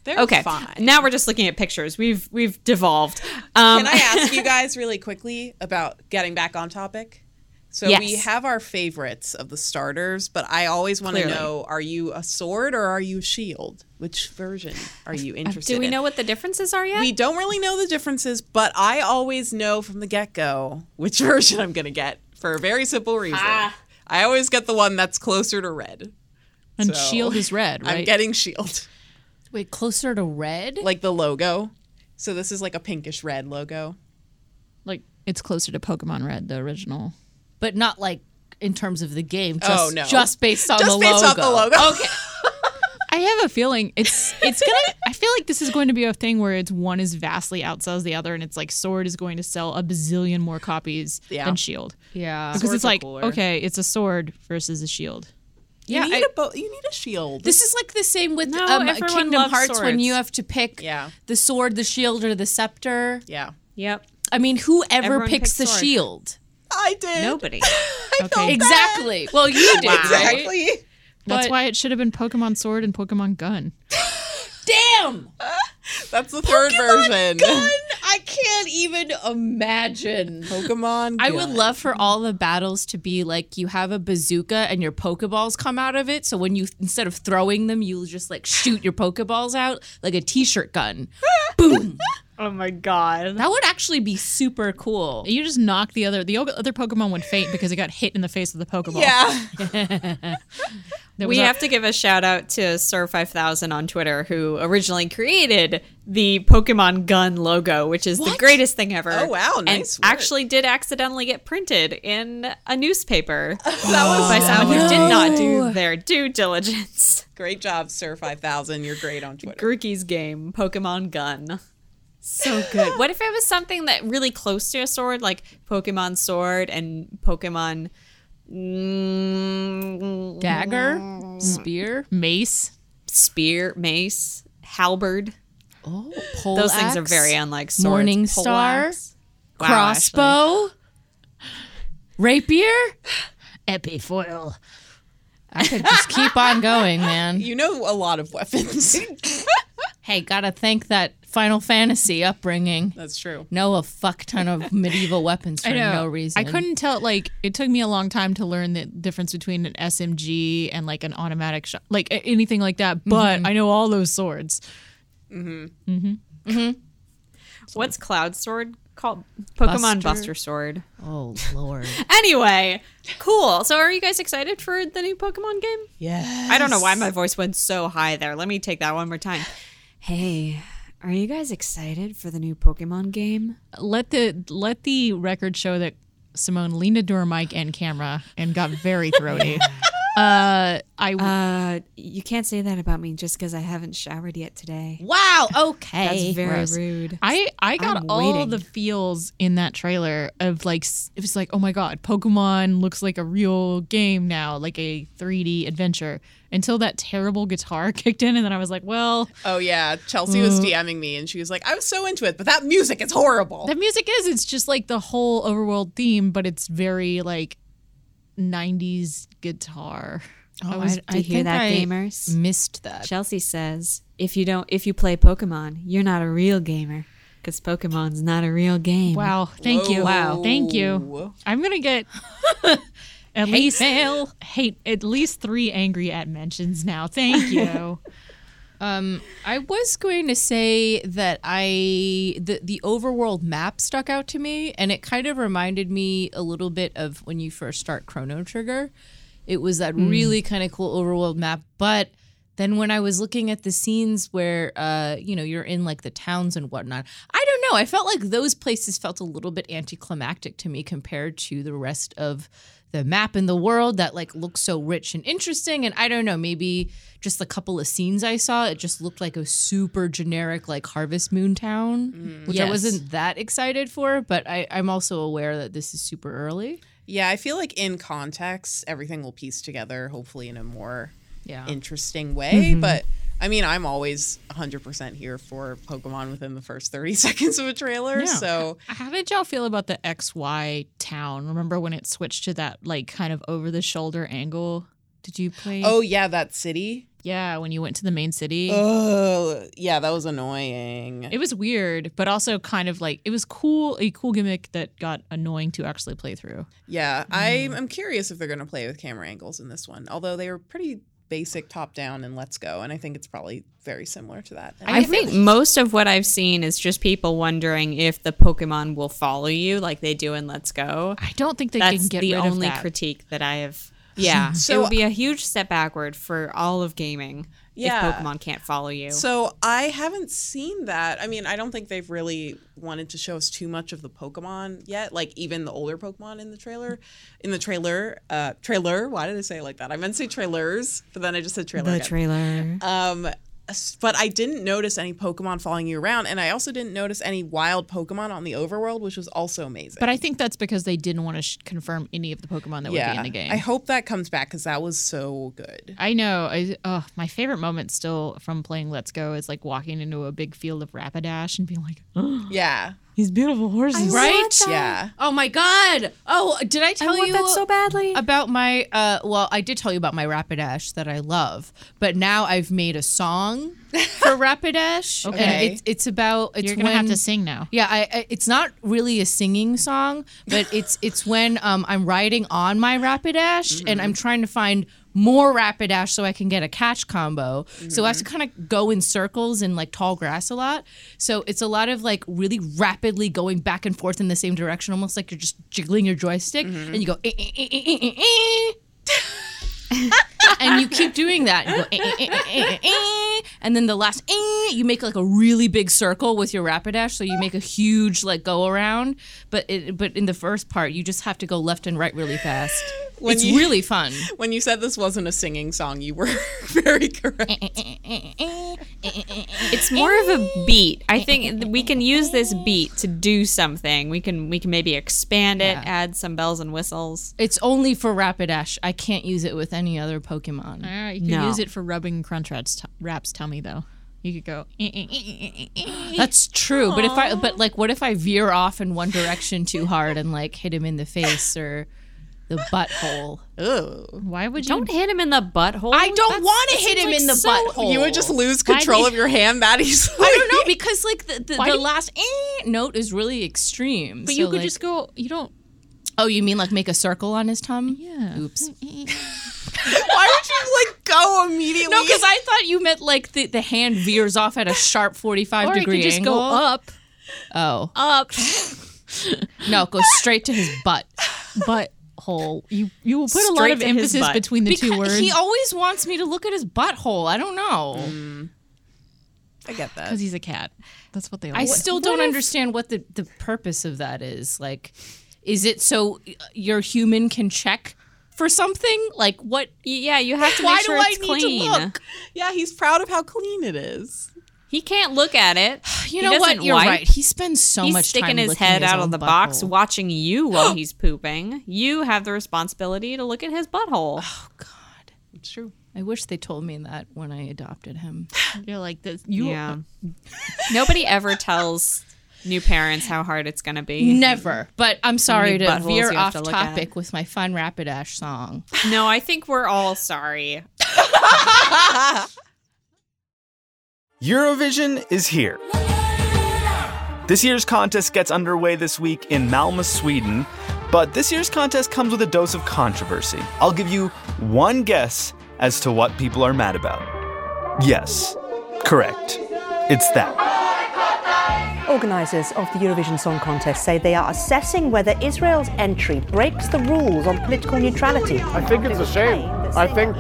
Speaker 2: They're
Speaker 1: Okay,
Speaker 2: fine.
Speaker 1: now we're just looking at pictures. We've we've devolved. Um,
Speaker 2: Can I
Speaker 1: (laughs)
Speaker 2: ask you guys really quickly about getting back on topic? So
Speaker 1: Yes.
Speaker 2: we have our favorites of the starters, but I always want to
Speaker 1: Clearly.
Speaker 2: know: Are you a sword or are you a shield? Which version are you interested?
Speaker 1: Uh, Do we
Speaker 2: in?
Speaker 1: know what the differences are yet?
Speaker 2: We don't really know the differences, but I always know from the get go which (laughs) version I'm going to get for a very simple reason.
Speaker 1: Ah.
Speaker 2: I always get the one that's closer to red.
Speaker 4: And
Speaker 2: So,
Speaker 4: Shield is red, right?
Speaker 2: I'm getting shield, (laughs)
Speaker 3: Wait, closer to red?
Speaker 2: like the logo. So this is like a pinkish red logo.
Speaker 4: like it's closer to Pokemon Red, the original.
Speaker 3: But not like in terms of the game. Just,
Speaker 2: Oh, no.
Speaker 3: Just based on
Speaker 2: Just
Speaker 3: the
Speaker 2: based
Speaker 3: logo.
Speaker 2: off the logo. Okay.
Speaker 4: I have a feeling it's it's gonna. I feel like this is going to be a thing where it's one is vastly outsells the other, and it's like Sword is going to sell a bazillion more copies
Speaker 2: Yeah.
Speaker 4: than Shield
Speaker 3: Yeah.
Speaker 4: because
Speaker 2: Swords
Speaker 4: it's
Speaker 2: are
Speaker 4: like
Speaker 2: cooler.
Speaker 4: okay, it's a sword versus a shield.
Speaker 3: Yeah,
Speaker 2: you need
Speaker 3: I-
Speaker 2: a bo- you need a shield.
Speaker 3: This is like the same with
Speaker 1: No,
Speaker 3: um,
Speaker 1: everyone
Speaker 3: Kingdom
Speaker 1: loves
Speaker 3: Hearts when
Speaker 1: swords.
Speaker 3: you have to pick
Speaker 2: Yeah.
Speaker 3: the sword, the shield, or the scepter.
Speaker 2: yeah,
Speaker 1: yep.
Speaker 3: I mean, whoever
Speaker 1: Everyone
Speaker 3: picks
Speaker 1: picks
Speaker 3: the
Speaker 1: sword.
Speaker 3: shield.
Speaker 2: I did. (laughs)
Speaker 1: Nobody.
Speaker 4: Okay,
Speaker 3: Exactly. Well, you did, right?
Speaker 2: Exactly.
Speaker 4: that's
Speaker 3: but-
Speaker 4: why it should have been Pokemon Sword and Pokemon Gun.
Speaker 3: Damn!
Speaker 2: That's the third version.
Speaker 3: I can't even imagine.
Speaker 2: Pokemon.
Speaker 3: I would love for all the battles to be like you have a bazooka and your pokeballs come out of it. So when you instead of throwing them, you just like shoot your pokeballs out like a
Speaker 1: (laughs)
Speaker 3: t-shirt gun. Boom!
Speaker 1: oh my god.
Speaker 3: That would actually be super cool.
Speaker 4: You just knock the other the other Pokemon would faint because it got hit in the face with the Pokeball.
Speaker 2: Yeah.
Speaker 4: There was
Speaker 1: We
Speaker 4: a-
Speaker 1: have to give a shout out to Sir Five Thousand on Twitter, who originally created the Pokemon Gun logo, which is the greatest thing ever.
Speaker 2: Oh, wow,
Speaker 1: And
Speaker 2: nice work.
Speaker 1: actually, did accidentally get printed in a newspaper
Speaker 2: That was
Speaker 1: by someone who
Speaker 3: no.
Speaker 1: did not do their due diligence.
Speaker 2: great job, Sir Five Thousand. You're great on Twitter.
Speaker 1: Grookey's game, Pokemon Gun. So good. what if it was something that really close to a sword, like Pokemon Sword and Pokemon mm,
Speaker 3: Dagger, spear,
Speaker 4: mace.
Speaker 1: Spear, Mace, Halberd?
Speaker 3: oh, pole
Speaker 1: Those things are very
Speaker 3: axe,
Speaker 1: unlike swords.
Speaker 3: Morning
Speaker 1: Pole
Speaker 3: star,
Speaker 1: axe. Wow, Ashley.
Speaker 3: crossbow, rapier.
Speaker 4: Epifoil.
Speaker 3: I could just keep on going, man.
Speaker 2: (laughs) You know a lot of weapons.
Speaker 3: Hey, gotta thank that Final Fantasy upbringing.
Speaker 2: That's true.
Speaker 3: Know a fuck ton of medieval weapons for
Speaker 4: I know.
Speaker 3: no reason.
Speaker 4: I couldn't tell. Like, it took me a long time to learn the difference between an SMG and like an automatic shot, like a- anything like that. But I know all those swords.
Speaker 1: What's Cloud Sword called? Pokemon
Speaker 4: Buster.
Speaker 1: Buster Sword.
Speaker 3: Oh lord.
Speaker 1: Anyway, cool. So are you guys excited for the new Pokemon game?
Speaker 2: Yeah.
Speaker 1: I don't know why my voice went so high there. Let me take that one more time. Hey, are you guys excited for the new Pokemon game?
Speaker 4: Let the let the record show that Simone leaned into her mic and camera and got very throaty. uh, I
Speaker 1: Uh, you can't say that about me just because I haven't showered yet today. (laughs)
Speaker 3: Wow. Okay.
Speaker 1: That's very
Speaker 4: gross.
Speaker 1: rude.
Speaker 4: I I got
Speaker 1: I'm
Speaker 4: all
Speaker 1: waiting.
Speaker 4: the feels in that trailer of like s- it was like oh my god Pokemon looks like a real game now like a 3D adventure until that terrible guitar (laughs) kicked in and then I was like well
Speaker 2: Oh yeah, Chelsea was DMing me and she was like, "I was so into it, but that music is horrible."
Speaker 4: the music is it's just like the whole overworld theme but it's very like 90s guitar
Speaker 3: Oh,
Speaker 4: was-
Speaker 1: Do you hear
Speaker 3: think
Speaker 1: that,
Speaker 3: I
Speaker 1: gamers?
Speaker 3: Missed that.
Speaker 1: Chelsea says, if you don't, if you play Pokemon, you're not a real gamer because Pokemon's not a real game.
Speaker 4: wow thank you
Speaker 2: Whoa.
Speaker 4: thank you I'm gonna (laughs) get at least
Speaker 3: mail.
Speaker 4: hate at least three angry at mentions now thank (laughs) you.
Speaker 3: Um, I was going to say that I the the overworld map stuck out to me, and it kind of reminded me a little bit of when you first start Chrono Trigger. It was that really kind of cool overworld map, but then when I was looking at the scenes where uh, you know you're in like the towns and whatnot, I don't know. I felt like those places felt a little bit anticlimactic to me compared to the rest of the map in the world that like looks so rich and interesting. And I don't know, maybe just the couple of scenes I saw, it just looked like a super generic like Harvest Moon town, which I
Speaker 4: Yes.
Speaker 3: wasn't that excited for. But I, I'm also aware that this is super early.
Speaker 2: Yeah, I feel like in context, everything will piece together hopefully in a more
Speaker 3: Yeah.
Speaker 2: interesting way. But I mean, I'm always 100% here for Pokemon within the first 30 (laughs) seconds of a trailer.
Speaker 4: Yeah.
Speaker 2: So
Speaker 4: How did y'all feel about the XY town? Remember when it switched to that like kind of over the shoulder angle? Did you play?
Speaker 2: Oh yeah, that city.
Speaker 4: yeah, when you went to the main city.
Speaker 2: Oh yeah, that was annoying.
Speaker 4: It was weird, but also kind of like it was cool, a cool gimmick that got annoying to actually play through.
Speaker 2: yeah, I'm I'm curious if they're gonna play with camera angles in this one. Although they were pretty basic top down and let's go, and I think it's probably very similar to that.
Speaker 1: I think most of what I've seen is just people wondering if the Pokemon will follow you like they do in Let's Go.
Speaker 4: I don't think they
Speaker 1: That's
Speaker 4: can get
Speaker 1: the
Speaker 4: rid
Speaker 1: only
Speaker 4: of that.
Speaker 1: critique that I
Speaker 4: (laughs)
Speaker 1: have. Yeah,
Speaker 2: So-
Speaker 1: it would be a huge step backward for all of gaming
Speaker 2: Yeah.
Speaker 1: if Pokemon can't follow you.
Speaker 2: So I haven't seen that. I mean, I don't think they've really wanted to show us too much of the Pokemon yet. Like even the older Pokemon in the trailer, in the trailer, uh, trailer. Why did I say it like that? I meant to say trailers, but then I just said trailer.
Speaker 1: the
Speaker 2: again.
Speaker 1: trailer.
Speaker 2: Um, s- but I didn't notice any Pokemon following you around, and I also didn't notice any wild Pokemon on the overworld, which was also amazing.
Speaker 4: But I think that's because they didn't want to sh- confirm any of the Pokemon that would be in the game.
Speaker 2: I hope that comes back because that was so
Speaker 4: (gasps)
Speaker 2: good.
Speaker 4: I know. I, oh, my favorite moment still from playing Let's Go is like walking into a big field of Rapidash and being like, oh,
Speaker 2: Yeah,
Speaker 4: "These beautiful horses."
Speaker 3: Right?
Speaker 2: yeah.
Speaker 3: Oh my God. Oh, did I
Speaker 1: I
Speaker 3: tell
Speaker 1: want
Speaker 3: you
Speaker 1: that so badly.
Speaker 3: about my uh well i did tell you about my rapidash that i love but now i've made a song
Speaker 2: (laughs)
Speaker 3: for rapidash and
Speaker 2: Okay.
Speaker 3: it's, it's about it's
Speaker 4: You're gonna
Speaker 3: when,
Speaker 4: have to sing now.
Speaker 3: yeah, I, I, it's not really a singing song, but it's it's when um, I'm riding on my Rapidash and I'm trying to find more Rapidash so I can get a catch combo. So I have to kind of go in circles in like tall grass a lot. So it's a lot of like really rapidly going back and forth in the same direction, almost like you're just jiggling your joystick and you go. "Eh, eh, eh, eh, eh, eh, eh." and you keep doing that. You go, "Eh, eh, eh, eh, eh, eh," and then the last, eh, you make like a really big circle with your Rapidash, so you make a huge like go around. But it, but in the first part, you just have to go left and right really fast. it's
Speaker 2: you-
Speaker 3: really fun.
Speaker 2: When you said this wasn't a singing song, you were (laughs) very correct.
Speaker 1: It's more of a beat. I think th- we can use this beat to do something. We can we can maybe expand it, add some bells and whistles.
Speaker 3: It's only for Rapidash. I can't use it with any other Pokemon.
Speaker 4: All right, you could
Speaker 1: No.
Speaker 4: use it for rubbing crunch wraps, t- wraps tummy though. You could go. "Eh, eh, eh, eh, eh, eh."
Speaker 3: That's true. But if I but like what if I veer off in one direction too hard and like hit him in the face or the butthole.
Speaker 2: Oh.
Speaker 4: Why would you?
Speaker 1: Don't hit him in the butthole.
Speaker 3: I don't
Speaker 1: That's-
Speaker 3: want to
Speaker 1: that seems
Speaker 3: hit him
Speaker 1: like
Speaker 3: in the
Speaker 1: so-
Speaker 3: butthole.
Speaker 2: You would just lose
Speaker 4: Why
Speaker 2: control
Speaker 4: did-
Speaker 2: of your hand that (laughs) easily.
Speaker 3: I don't know because like the the,
Speaker 4: Why
Speaker 3: the
Speaker 4: do-
Speaker 3: last eh note is really extreme.
Speaker 4: But
Speaker 3: So,
Speaker 4: you could
Speaker 3: like-
Speaker 4: just go. You don't.
Speaker 3: oh, you mean like make a circle on his tum?
Speaker 4: Yeah.
Speaker 3: Oops.
Speaker 2: Why would you like go immediately?
Speaker 3: No, because I thought you meant like the, the hand veers off at a sharp forty five
Speaker 4: Or you
Speaker 3: degree
Speaker 4: could just
Speaker 3: angle.
Speaker 4: go up,
Speaker 3: Oh
Speaker 4: up,
Speaker 3: no, go straight to his
Speaker 4: (laughs)
Speaker 3: butt.
Speaker 4: (laughs) butthole. You you will put a lot
Speaker 3: Straight
Speaker 4: of
Speaker 3: to his
Speaker 4: emphasis
Speaker 3: butt.
Speaker 4: between the two
Speaker 3: Because
Speaker 4: words.
Speaker 3: He always wants me to look at his butthole. I don't know.
Speaker 4: Mm.
Speaker 2: I get that.
Speaker 4: because he's a cat. That's what they. All
Speaker 3: I still don't understand what the, the purpose of that is. Like, is it so uh, your human can check for something? Like, what?
Speaker 1: Yeah, you have to
Speaker 3: Why
Speaker 1: make sure
Speaker 3: do I
Speaker 1: it's
Speaker 3: need to
Speaker 1: clean.
Speaker 3: look?
Speaker 2: Yeah, he's proud of how clean it is.
Speaker 1: He can't look at it.
Speaker 3: (sighs) You
Speaker 1: He
Speaker 3: know what?
Speaker 1: doesn't
Speaker 3: You're
Speaker 1: wipe.
Speaker 3: right. He spends so
Speaker 1: he's
Speaker 3: much
Speaker 1: sticking
Speaker 3: time
Speaker 1: his
Speaker 3: looking at
Speaker 1: head out
Speaker 3: own
Speaker 1: of the box,
Speaker 3: butthole.
Speaker 1: watching you
Speaker 3: (gasps)
Speaker 1: while he's pooping. You have the responsibility to look at his
Speaker 3: (sighs)
Speaker 1: butthole.
Speaker 3: Oh God,
Speaker 2: It's true.
Speaker 3: I wish they told me that when I adopted him.
Speaker 4: You're like this. You.
Speaker 3: (laughs)
Speaker 1: yeah. Nobody ever tells new parents how hard it's going to be.
Speaker 3: Never. But I'm sorry
Speaker 1: many
Speaker 3: to
Speaker 1: buttholes
Speaker 3: veer
Speaker 1: you have
Speaker 3: off
Speaker 1: to look at.
Speaker 3: topic with my fun Rapid Ash song.
Speaker 1: No, I think we're all sorry.
Speaker 5: Eurovision is here. This year's contest gets underway this week in Malmö, Sweden, but this year's contest comes with a dose of controversy. I'll give you one guess as to what people are mad about. Yes, correct. It's that.
Speaker 6: Organisers of the Eurovision Song Contest say they are assessing whether Israel's entry breaks the rules on political neutrality.
Speaker 7: I think it's a shame. I think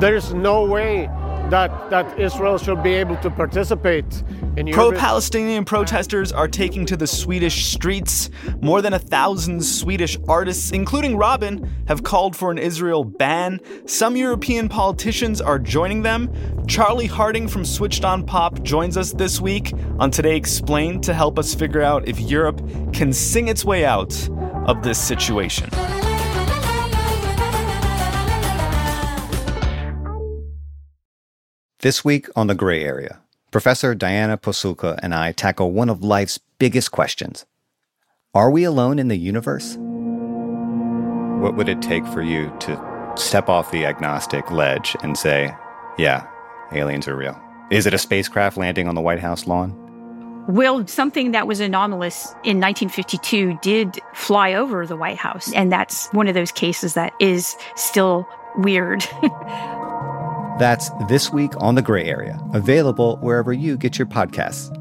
Speaker 7: there is no way that, that Israel should be able to participate in
Speaker 5: Pro
Speaker 7: Eurovision.
Speaker 5: Palestinian protesters are taking to the Swedish streets. More than a thousand Swedish artists, including Robin, have called for an Israel ban. Some European politicians are joining them. Charlie Harding from Switched On Pop joins us this week on Today Explained to help us figure out if Europe can sing its way out of this situation.
Speaker 8: This week on The Gray Area, Professor Diana Posuka and I tackle one of life's biggest questions Are we alone in the universe? What would it take for you to step off the agnostic ledge and say, yeah, aliens are real? Is it a spacecraft landing on the White House lawn?
Speaker 9: Well, something that was anomalous in 1952 did fly over the White House. And that's one of those cases that is still weird.
Speaker 8: That's This Week on The Gray Area, available wherever you get your podcasts.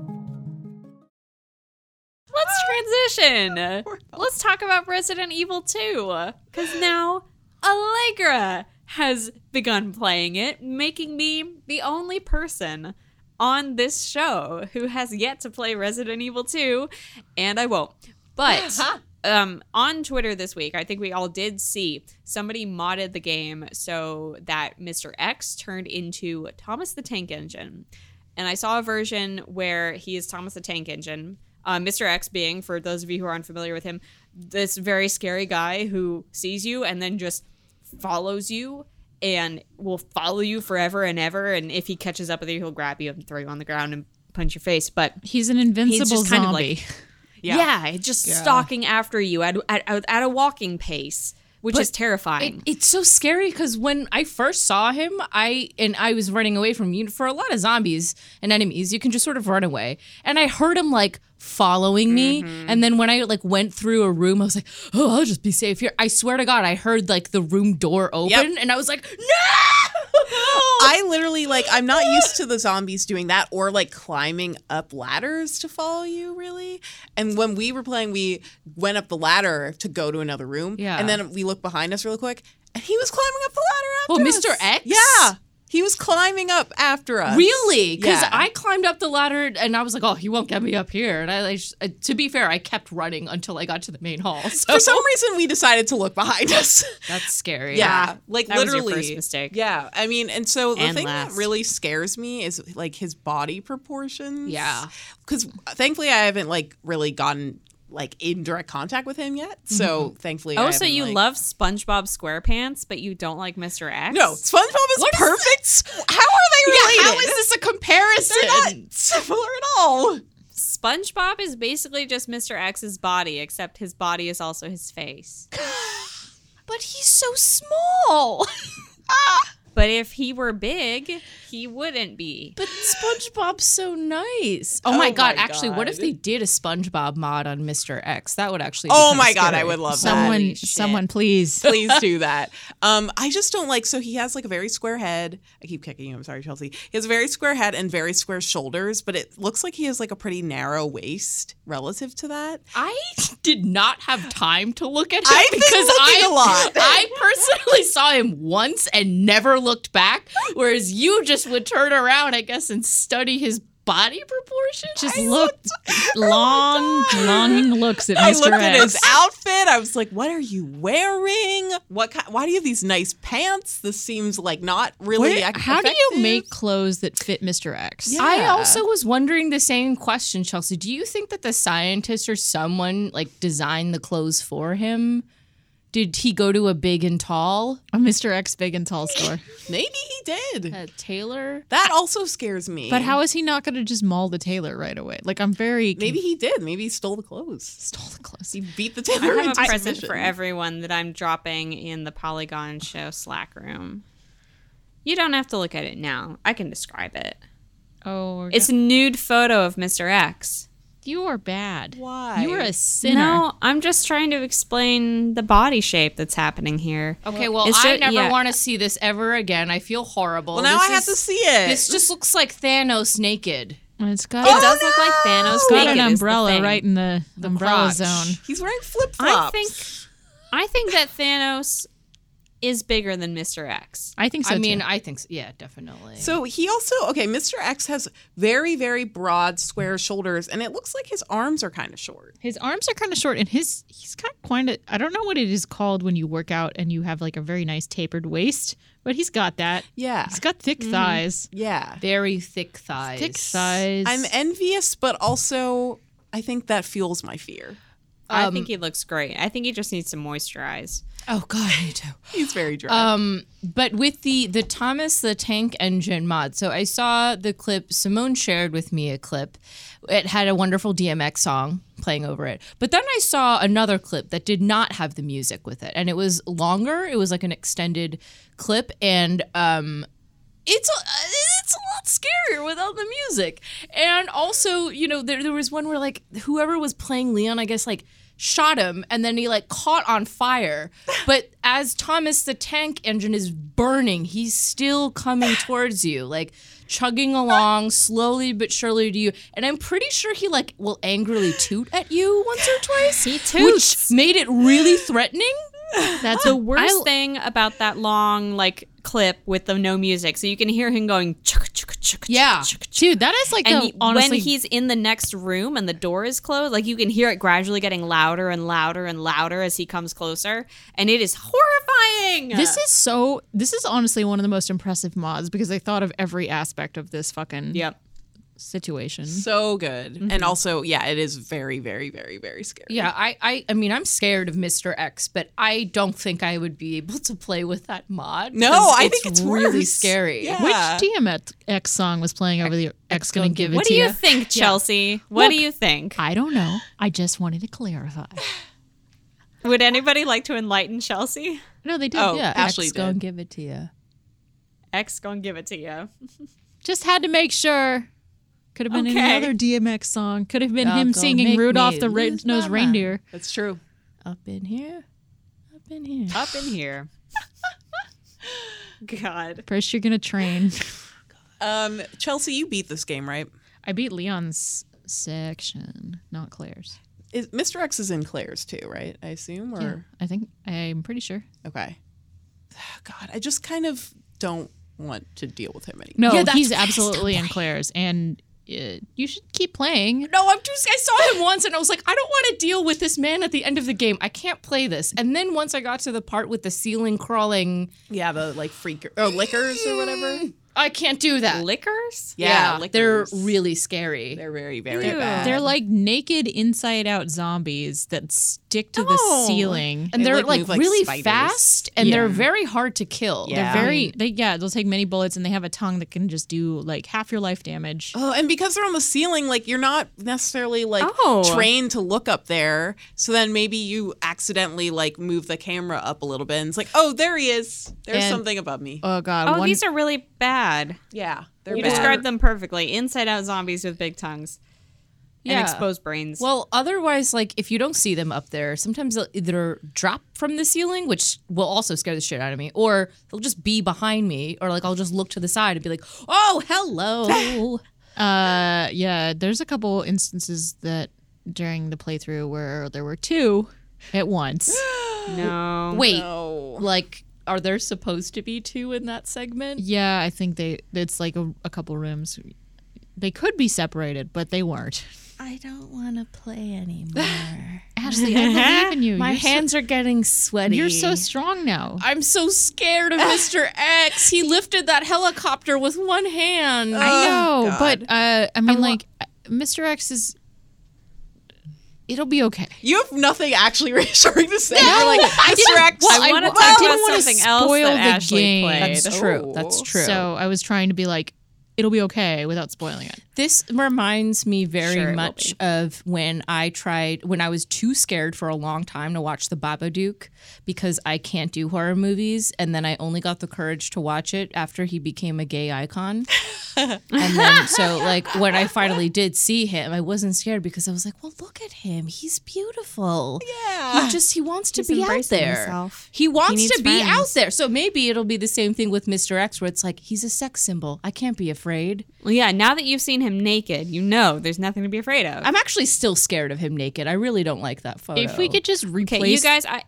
Speaker 1: Let's transition. Let's talk about Resident Evil 2. Because now Allegra has begun playing it, making me the only person on this show who has yet to play Resident Evil 2, and I won't. But. Um, on Twitter this week, I think we all did see somebody modded the game so that Mr. X turned into Thomas the Tank Engine and I saw a version where he is Thomas the Tank Engine. Uh, Mr. X being, for those of you who are unfamiliar with him, this very scary guy who sees you and then just follows you and will follow you forever and ever. And if he catches up with you, he'll grab you and throw you on the ground and punch your face. But
Speaker 4: He's an invincible
Speaker 1: just
Speaker 4: zombie.
Speaker 1: kind of like- (laughs) yeah, it's just stalking after you at, at, at a walking pace, which is
Speaker 3: It,
Speaker 1: terrifying.
Speaker 3: it's so scary because when I first saw him, I and I was running away from you. For a lot of zombies and enemies, you can just sort of run away. And I heard him like following me.
Speaker 2: Mm-hmm.
Speaker 3: And then when I like went through a room, I was like, "Oh, I'll just be safe here." I swear to God, I heard like the room door open, and I was like, "No!"
Speaker 2: I literally like I'm not used to the zombies doing that or like climbing up ladders to follow you really. And when we were playing, we went up the ladder to go to another room.
Speaker 3: Yeah.
Speaker 2: And then we looked behind us really quick, and he was climbing up the ladder after
Speaker 3: Oh, Mr.
Speaker 2: us.
Speaker 3: X?
Speaker 2: Yeah. He was climbing up after us.
Speaker 3: (laughs) Really? Because
Speaker 2: Yeah.
Speaker 3: I climbed up the ladder and I was like, "Oh, he won't get me up here." And I, like, sh- uh, to be fair, I kept running until I got to the main hall. (laughs) So
Speaker 2: For some reason, we decided to look behind us. (laughs)
Speaker 3: that's scary.
Speaker 2: Yeah, like
Speaker 1: That was your
Speaker 2: literally
Speaker 1: first mistake.
Speaker 2: Yeah, I mean, and so the
Speaker 1: And
Speaker 2: thing
Speaker 1: last.
Speaker 2: that really scares me is like his body proportions.
Speaker 3: Yeah.
Speaker 2: because thankfully I haven't like really gotten like in direct contact with him yet. So thankfully, I
Speaker 1: oh, so
Speaker 2: haven't,
Speaker 1: you
Speaker 2: like-
Speaker 1: love SpongeBob SquarePants, but you don't like Mr. X?
Speaker 2: no SpongeBob is perfect. How are they related?
Speaker 3: Yeah, how is this a comparison?
Speaker 2: They're not similar at all?
Speaker 1: SpongeBob is basically just Mr. X's body, except his body is also his face.
Speaker 3: But he's so small. (laughs)
Speaker 1: But if he were big, he wouldn't be.
Speaker 3: But SpongeBob's so nice. Oh, my god! actually, what if they did a SpongeBob mod on Mr. X? That would actually.
Speaker 2: Oh
Speaker 3: become
Speaker 2: my God,
Speaker 3: scary.
Speaker 2: I would love that.
Speaker 4: Someone, someone, please.
Speaker 2: please do that. Um, I just don't like. So he has like a very square head. I keep kicking you. I'm sorry, Chelsea. He has a very square head and very square shoulders, but it looks like he has like a pretty narrow waist relative to that.
Speaker 3: I did not have time to look at him
Speaker 2: I've been
Speaker 3: because I
Speaker 2: looking a lot.
Speaker 3: (laughs) I personally saw him once and never looked back, whereas you just would turn around, I guess, and study his body proportions.
Speaker 4: Just looked
Speaker 3: Oh
Speaker 4: long, longing looks
Speaker 2: (laughs)
Speaker 4: at Mr.
Speaker 2: I looked at
Speaker 4: X.
Speaker 2: his outfit. I was like, "What are you wearing? What? Kind, why do you have these nice pants? This seems like not really.
Speaker 4: Where-
Speaker 2: ac-
Speaker 4: how do you
Speaker 2: effective."
Speaker 4: make clothes that fit Mr. X?
Speaker 3: I also was wondering the same question, Chelsea. Do you think that the scientist or someone like designed the clothes for him? Did he go to a big and tall?
Speaker 4: A Mr. X big and tall store.
Speaker 2: Maybe he did.
Speaker 3: (laughs) A tailor?
Speaker 2: That also scares me.
Speaker 4: but how is he not going to just maul the tailor right away? Like I'm very
Speaker 2: Maybe he did. Maybe he stole the clothes.
Speaker 4: stole the clothes.
Speaker 2: (laughs) He beat the
Speaker 1: I
Speaker 2: tailor
Speaker 1: have
Speaker 2: into
Speaker 1: a present
Speaker 2: submission.
Speaker 1: for everyone that I'm dropping in the Polygon Show Slack room. You don't have to look at it now. I can describe it.
Speaker 4: Oh, we're
Speaker 1: It's a nude photo of Mr. X.
Speaker 4: gonna- you are bad.
Speaker 2: Why?
Speaker 4: You are a sinner.
Speaker 1: No, I'm just trying to explain the body shape that's happening here.
Speaker 3: Okay, well,
Speaker 1: It's
Speaker 3: I
Speaker 1: ju-
Speaker 3: never
Speaker 1: yeah.
Speaker 3: want to see this ever again. I feel horrible.
Speaker 2: Well, now
Speaker 3: This
Speaker 2: I have
Speaker 3: is-
Speaker 2: to see it.
Speaker 3: This just looks like Thanos naked.
Speaker 4: It's got,
Speaker 1: It does look like Thanos.
Speaker 4: it's got an
Speaker 1: naked is the
Speaker 4: umbrella
Speaker 1: thing.
Speaker 4: right in the, umbrella
Speaker 3: crotch.
Speaker 4: zone.
Speaker 2: He's wearing flip flops.
Speaker 1: I think I think that Thanos is bigger than Mr. X.
Speaker 4: I think so.
Speaker 3: I mean,
Speaker 4: too.
Speaker 3: I think so. yeah, definitely.
Speaker 2: So he also okay. Mr. X has very very broad square shoulders, and it looks like his arms are kind of short.
Speaker 4: his arms are kind of short, and his he's got kind of I don't know what it is called when you work out and you have like a very nice tapered waist, but he's got that.
Speaker 2: Yeah.
Speaker 4: he's got thick thighs.
Speaker 2: Yeah,
Speaker 3: Very thick thighs.
Speaker 4: Thick thighs.
Speaker 2: I'm envious, but also I think that fuels my fear.
Speaker 4: Um,
Speaker 1: I think he looks great. I think he just needs to moisturize.
Speaker 3: Oh god, I do.
Speaker 2: He's very dry.
Speaker 3: But with the the Thomas the Tank Engine mod, so I saw the clip Simone shared with me a clip. It had a wonderful DMX song playing over it. But then I saw another clip that did not have the music with it, and it was longer. It was like an extended clip, and um, it's a, it's a lot scarier without the music. And also, you know, there, there was one where like whoever was playing Leon, I guess, like shot him and then he like caught on fire. But as Thomas the tank engine is burning, he's still coming towards you, like chugging along slowly but surely to you. And I'm pretty sure he like will angrily toot at you once or twice. He
Speaker 4: toots.
Speaker 3: Which made it really threatening.
Speaker 4: That's
Speaker 1: The
Speaker 4: a
Speaker 1: worst thing about that long like clip with the no music, so you can hear him going chuk chuk chuk.
Speaker 3: Yeah.
Speaker 4: dude. That is like
Speaker 1: And
Speaker 4: the
Speaker 1: he-
Speaker 4: honestly
Speaker 1: when he's in the next room and the door is closed, like you can hear it gradually getting louder and louder and louder as he comes closer, and it is horrifying.
Speaker 4: This is so. This is honestly one of the most impressive mods because they thought of every aspect of this fucking
Speaker 1: yep.
Speaker 4: situation.
Speaker 2: so good, and also yeah, it is very very very very scary.
Speaker 3: Yeah, I, I I mean I'm scared of Mr. X, but I don't think I would be able to play with that mod.
Speaker 2: No,
Speaker 3: 'cause
Speaker 2: I think it's
Speaker 3: really
Speaker 2: worse.
Speaker 3: scary.
Speaker 2: Yeah.
Speaker 4: Which DMX song was playing over the X gonna give it
Speaker 1: What
Speaker 4: to
Speaker 1: do you
Speaker 4: ya?
Speaker 1: think, Chelsea? What do you think?
Speaker 4: I don't know. I just wanted to clarify.
Speaker 1: Would anybody like to enlighten Chelsea?
Speaker 4: No, they did.
Speaker 2: Oh,
Speaker 4: yeah,
Speaker 2: Ashley
Speaker 4: X
Speaker 2: did.
Speaker 4: gonna give it to you.
Speaker 1: X gonna give it to you.
Speaker 4: Just had to make sure. Could have been
Speaker 1: Okay.
Speaker 4: any other DMX song. Could have been
Speaker 3: Y'all
Speaker 4: him
Speaker 3: gonna
Speaker 4: singing
Speaker 3: make
Speaker 4: Rudolph
Speaker 3: me
Speaker 4: the
Speaker 3: lose my
Speaker 4: Red-Nosed
Speaker 3: mind.
Speaker 4: Reindeer.
Speaker 2: that's true.
Speaker 3: Up in here. Up in here.
Speaker 1: Up in here. God.
Speaker 4: First, you're gonna train.
Speaker 2: Um, Chelsea, you beat this game, right?
Speaker 4: (laughs) I beat Leon's section, not Claire's.
Speaker 2: Is, Mr. X is in Claire's too, right? I assume, or
Speaker 4: I think I'm pretty sure.
Speaker 2: okay. (sighs) God, I just kind of don't want to deal with him anymore.
Speaker 4: No,
Speaker 3: Yeah, that's
Speaker 4: he's
Speaker 3: why I stopped
Speaker 4: absolutely in Claire's, and uh, you should keep playing.
Speaker 3: No, I'm just I saw him once and I was like, I don't want to deal with this man at the end of the game. I can't play this. And then once I got to the part with the ceiling crawling
Speaker 2: Yeah, the like freak or oh, liquors or whatever.
Speaker 3: I can't do that.
Speaker 1: Liquors?
Speaker 3: yeah, they're
Speaker 1: liquors.
Speaker 3: really scary.
Speaker 2: They're very, very
Speaker 1: Ew.
Speaker 2: bad.
Speaker 4: They're like naked inside out zombies that stick to the
Speaker 2: Oh.
Speaker 4: ceiling.
Speaker 3: and
Speaker 2: They,
Speaker 3: they're
Speaker 2: like,
Speaker 3: like,
Speaker 2: move like
Speaker 3: really
Speaker 2: spiders.
Speaker 3: fast and
Speaker 4: Yeah.
Speaker 3: they're very hard to kill.
Speaker 2: Yeah.
Speaker 4: They're very they yeah, they'll take many bullets and they have a tongue that can just do like half your life damage.
Speaker 2: Oh, and because they're on the ceiling, like you're not necessarily like
Speaker 1: Oh.
Speaker 2: trained to look up there. So then maybe you accidentally like move the camera up a little bit and it's like, oh, there he is. There's
Speaker 4: And-
Speaker 2: something above me.
Speaker 4: Oh god.
Speaker 1: Oh,
Speaker 4: one-
Speaker 1: these are really bad.
Speaker 2: yeah. They're
Speaker 1: You
Speaker 2: bad.
Speaker 1: described them perfectly. Inside out zombies with big tongues
Speaker 3: Yeah.
Speaker 1: and exposed brains.
Speaker 3: Well, otherwise, like if you don't see them up there, sometimes they'll either drop from the ceiling, which will also scare the shit out of me, or they'll just be behind me, or like I'll just look to the side and be like, "Oh, hello."
Speaker 4: Uh, yeah, there's a couple instances that during the playthrough where there were two at
Speaker 2: (gasps)
Speaker 4: once.
Speaker 1: no.
Speaker 3: Wait, like are there supposed to be two in that segment?
Speaker 4: yeah, I think they it's like a, a couple rooms. They could be separated, but they weren't.
Speaker 3: I don't want to play anymore.
Speaker 4: (laughs) Ashley, I believe in you.
Speaker 3: (laughs) My
Speaker 4: you're
Speaker 3: hands are getting sweaty.
Speaker 4: So, you're so strong now.
Speaker 3: I'm so scared of Mr. X. He lifted that helicopter with one hand.
Speaker 4: I know, but uh, I mean, like, uh, Mr. X is. It'll be okay.
Speaker 2: You have nothing actually (laughs) reassuring to say. You're like,
Speaker 4: I
Speaker 2: distract.
Speaker 3: well,
Speaker 1: I want to
Speaker 3: I
Speaker 1: talk about
Speaker 4: didn't wanna
Speaker 1: something else
Speaker 4: spoil
Speaker 1: that
Speaker 4: the
Speaker 1: Ashley
Speaker 4: game.
Speaker 1: played.
Speaker 4: That's
Speaker 3: true. That's true.
Speaker 4: So I was trying to be like, it'll be okay without spoiling it.
Speaker 3: This reminds me very
Speaker 1: Sure, it will
Speaker 3: much of when I tried when I was too scared for a long time to watch The Babadook because I can't do horror movies, and then I only got the courage to watch it after he became a gay icon.
Speaker 1: (laughs)
Speaker 3: and then so like when I finally did see him, I wasn't scared because I was like, well, look at him, he's beautiful. Yeah, he just he wants to be out
Speaker 1: embracing
Speaker 3: there.
Speaker 1: himself.
Speaker 3: He wants
Speaker 1: needs
Speaker 3: to be
Speaker 1: friends.
Speaker 3: out there. So maybe it'll be the same thing with Mr. X, where it's like he's a sex symbol. I can't be afraid.
Speaker 1: Well, yeah, now that you've seen him naked, you know there's nothing to be afraid of.
Speaker 3: I'm actually still scared of him naked. I really don't like that photo.
Speaker 4: If we could just replace
Speaker 1: Oh. okay, you guys, I,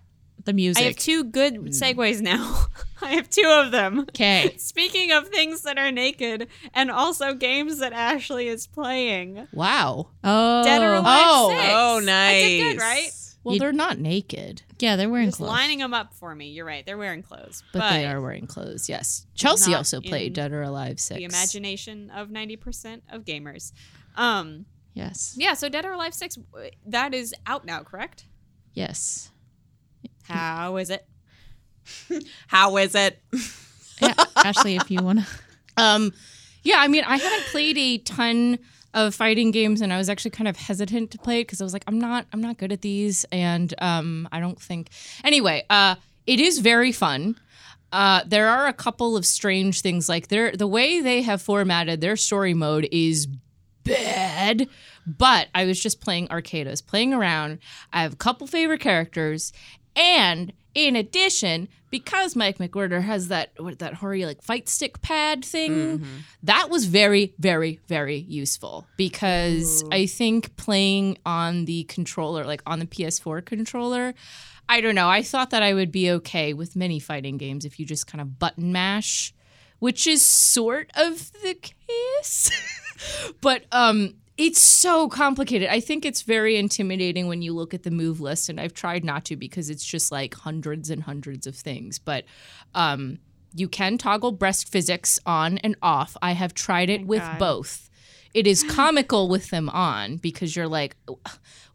Speaker 4: the
Speaker 1: I have
Speaker 4: music.
Speaker 1: two good segues now. (laughs) I have two of them.
Speaker 4: Okay.
Speaker 1: Speaking of things that are naked and also games that Ashley is playing.
Speaker 3: wow.
Speaker 4: oh.
Speaker 1: Dead or Alive
Speaker 3: Oh.
Speaker 1: 6.
Speaker 2: Oh,
Speaker 1: I did good,
Speaker 2: nice.
Speaker 1: right?
Speaker 3: Well,
Speaker 4: You-
Speaker 3: they're not naked,
Speaker 4: Yeah, they're wearing
Speaker 1: Just
Speaker 4: clothes.
Speaker 1: lining them up for me. You're right. They're wearing clothes.
Speaker 3: but, they are wearing clothes. Yes. Chelsea
Speaker 1: Not
Speaker 3: also played
Speaker 1: in
Speaker 3: Dead or Alive Six.
Speaker 1: the imagination of 90% of gamers. Um,
Speaker 4: Yes.
Speaker 1: yeah, so Dead or Alive 6, w- that is out now, correct?
Speaker 4: Yes.
Speaker 1: How is it?
Speaker 2: How is it?
Speaker 4: Yeah, Ashley, if you want to.
Speaker 3: (laughs) Um, yeah, I mean, I haven't played a ton of fighting games, and I was actually kind of hesitant to play it because I was like, I'm not, I'm not good at these, and um, I don't think. Anyway, uh, it is very fun. Uh, there are a couple of strange things like their the way they have formatted their story mode is bad, but I was just playing arcadas, playing around. I have a couple favorite characters, and in addition, because Mike McWhorter has that what, that hoary like fight stick pad thing, that was very, very, very useful because I think playing on the controller, like on the PS4 controller. I don't know. I thought that I would be okay with many fighting games if you just kind of button mash which is sort of the case. (laughs) but um it's so complicated. I think it's very intimidating when you look at the move list and I've tried not to because it's just like hundreds and hundreds of things, but um you can toggle breast physics on and off. I have tried it with both. It is comical with them on because you're like,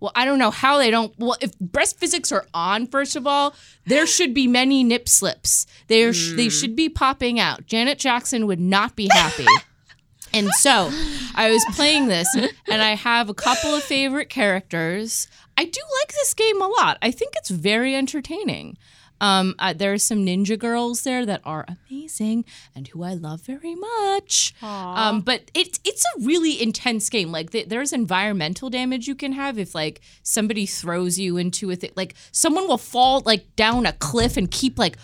Speaker 3: well, I don't know how they don't. Well, if breast physics are on, first of all, there should be many nip slips. There, sh- they should be popping out. Janet Jackson would not be happy. And so I was playing this, and I have a couple of favorite characters. I do like this game a lot. I think it's very entertaining. Um, uh, there are some ninja girls there that are amazing and who I love very much. Um, but it's it's a really intense game. Like th- there's environmental damage you can have if like somebody throws you into a thing. Like someone will fall like down a cliff and keep like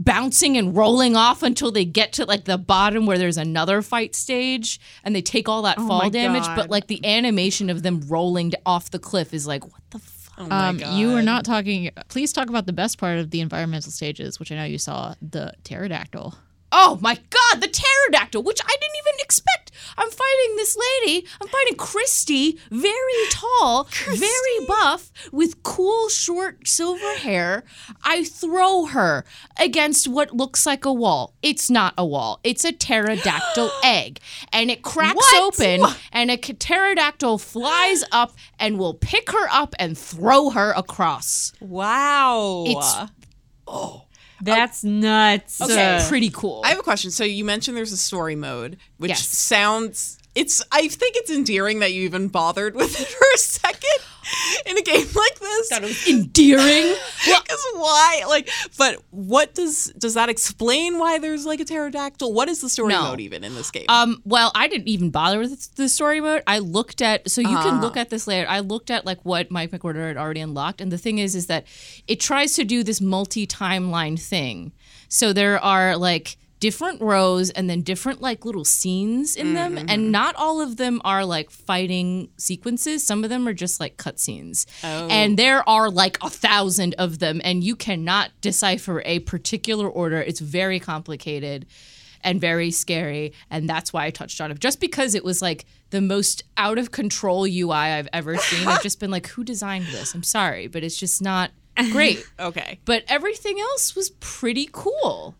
Speaker 3: bouncing and rolling off until they get to like the bottom where there's another fight stage and they take all that fall damage but like the animation of them rolling d- off the cliff is like what the fuck
Speaker 4: Um, you are not talking. Please talk about the best part of the environmental stages, which I know you saw the pterodactyl.
Speaker 3: oh my god the pterodactyl which i didn't even expect I'm fighting this lady. I'm fighting Christy, very tall, very buff, with cool, short, silver hair. I throw her against what looks like a wall. It's not a wall, it's a pterodactyl egg. And it cracks open, and a c- pterodactyl flies up and will pick her up and throw her across.
Speaker 1: Wow.
Speaker 3: It's-
Speaker 4: That's nuts.
Speaker 3: Okay, pretty cool.
Speaker 2: I have a question. So you mentioned there's a story mode, which
Speaker 3: Yes.
Speaker 2: sounds it's I think it's endearing that you even bothered with it for a second in a game like this.
Speaker 3: endearing.
Speaker 2: (laughs) Because why? Like, but what does does that explain why there's like a pterodactyl? What is the story
Speaker 3: No.
Speaker 2: mode even in this game?
Speaker 3: Um, well, I didn't even bother with the story mode. I looked at so you can look at this later. I looked at like what Mike McWhorter had already unlocked, and the thing is, is that it tries to do this multi-timeline thing. So there are like different rows and then different like little scenes in them, and not all of them are like fighting sequences. Some of them are just like cutscenes, oh. and there are like a thousand of them, and you cannot decipher a particular order. It's very complicated and very scary. And that's why I touched on it. Just because it was like the most out of control UI I've ever seen. I've just been like, who designed this? I'm sorry, but it's just not great.
Speaker 2: okay.
Speaker 3: But everything else was pretty cool.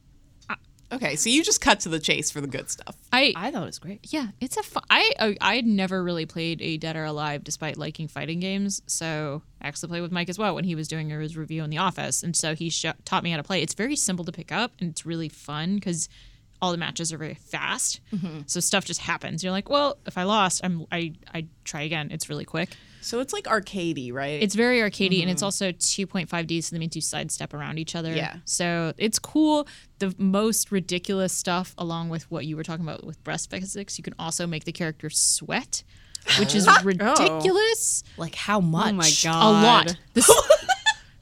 Speaker 2: Okay. So you just cut to the chase for the good stuff.
Speaker 4: I
Speaker 3: I thought it was great.
Speaker 4: yeah, it's a fun. I I- I had never really played a Dead or Alive, despite liking fighting games. So I actually played with Mike as well when he was doing his review in the office, and so he sho taught me how to play. It's very simple to pick up, and it's really fun because all the matches are very fast.
Speaker 3: Mm-hmm.
Speaker 4: So stuff just happens. You're like, well, if I lost, I'm I I try again. It's really quick.
Speaker 2: So it's like arcadey, right?
Speaker 4: It's very arcadey, and it's also 2.5D, so that means you sidestep around each other.
Speaker 2: Mm-hmm. Yeah.
Speaker 4: So it's cool. The most ridiculous stuff, along with what you were talking about with breast physics, you can also make the character sweat, which is
Speaker 3: Oh.
Speaker 4: ridiculous.
Speaker 3: Like how much?
Speaker 1: oh my
Speaker 4: A
Speaker 1: god.
Speaker 4: lot.
Speaker 3: (laughs)
Speaker 4: This,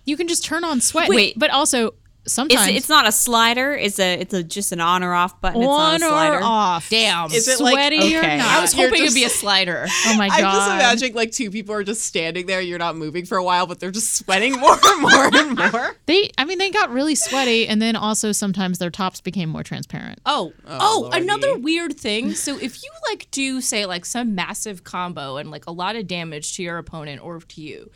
Speaker 4: you can just turn on sweat.
Speaker 1: Wait.
Speaker 4: but also sometimes oh
Speaker 1: It's, it's not a slider. It's a it's a just an on or off button. It's not
Speaker 4: on
Speaker 1: a slider.
Speaker 4: or off.
Speaker 3: Damn.
Speaker 2: Is it like-
Speaker 4: sweaty
Speaker 1: Okay.
Speaker 4: or not?
Speaker 3: I was
Speaker 2: You're
Speaker 3: hoping
Speaker 2: just-
Speaker 3: it'd be a slider.
Speaker 4: oh my god.
Speaker 2: I'm just imagining like two people are just standing there, you're not moving for a while, but they're just sweating (laughs) more and more and more.
Speaker 4: They, I mean, they got really sweaty, and then also sometimes their tops became more transparent.
Speaker 3: Oh, oh, another weird thing. So if you like do say like some massive combo and like a lot of damage to your opponent or to you,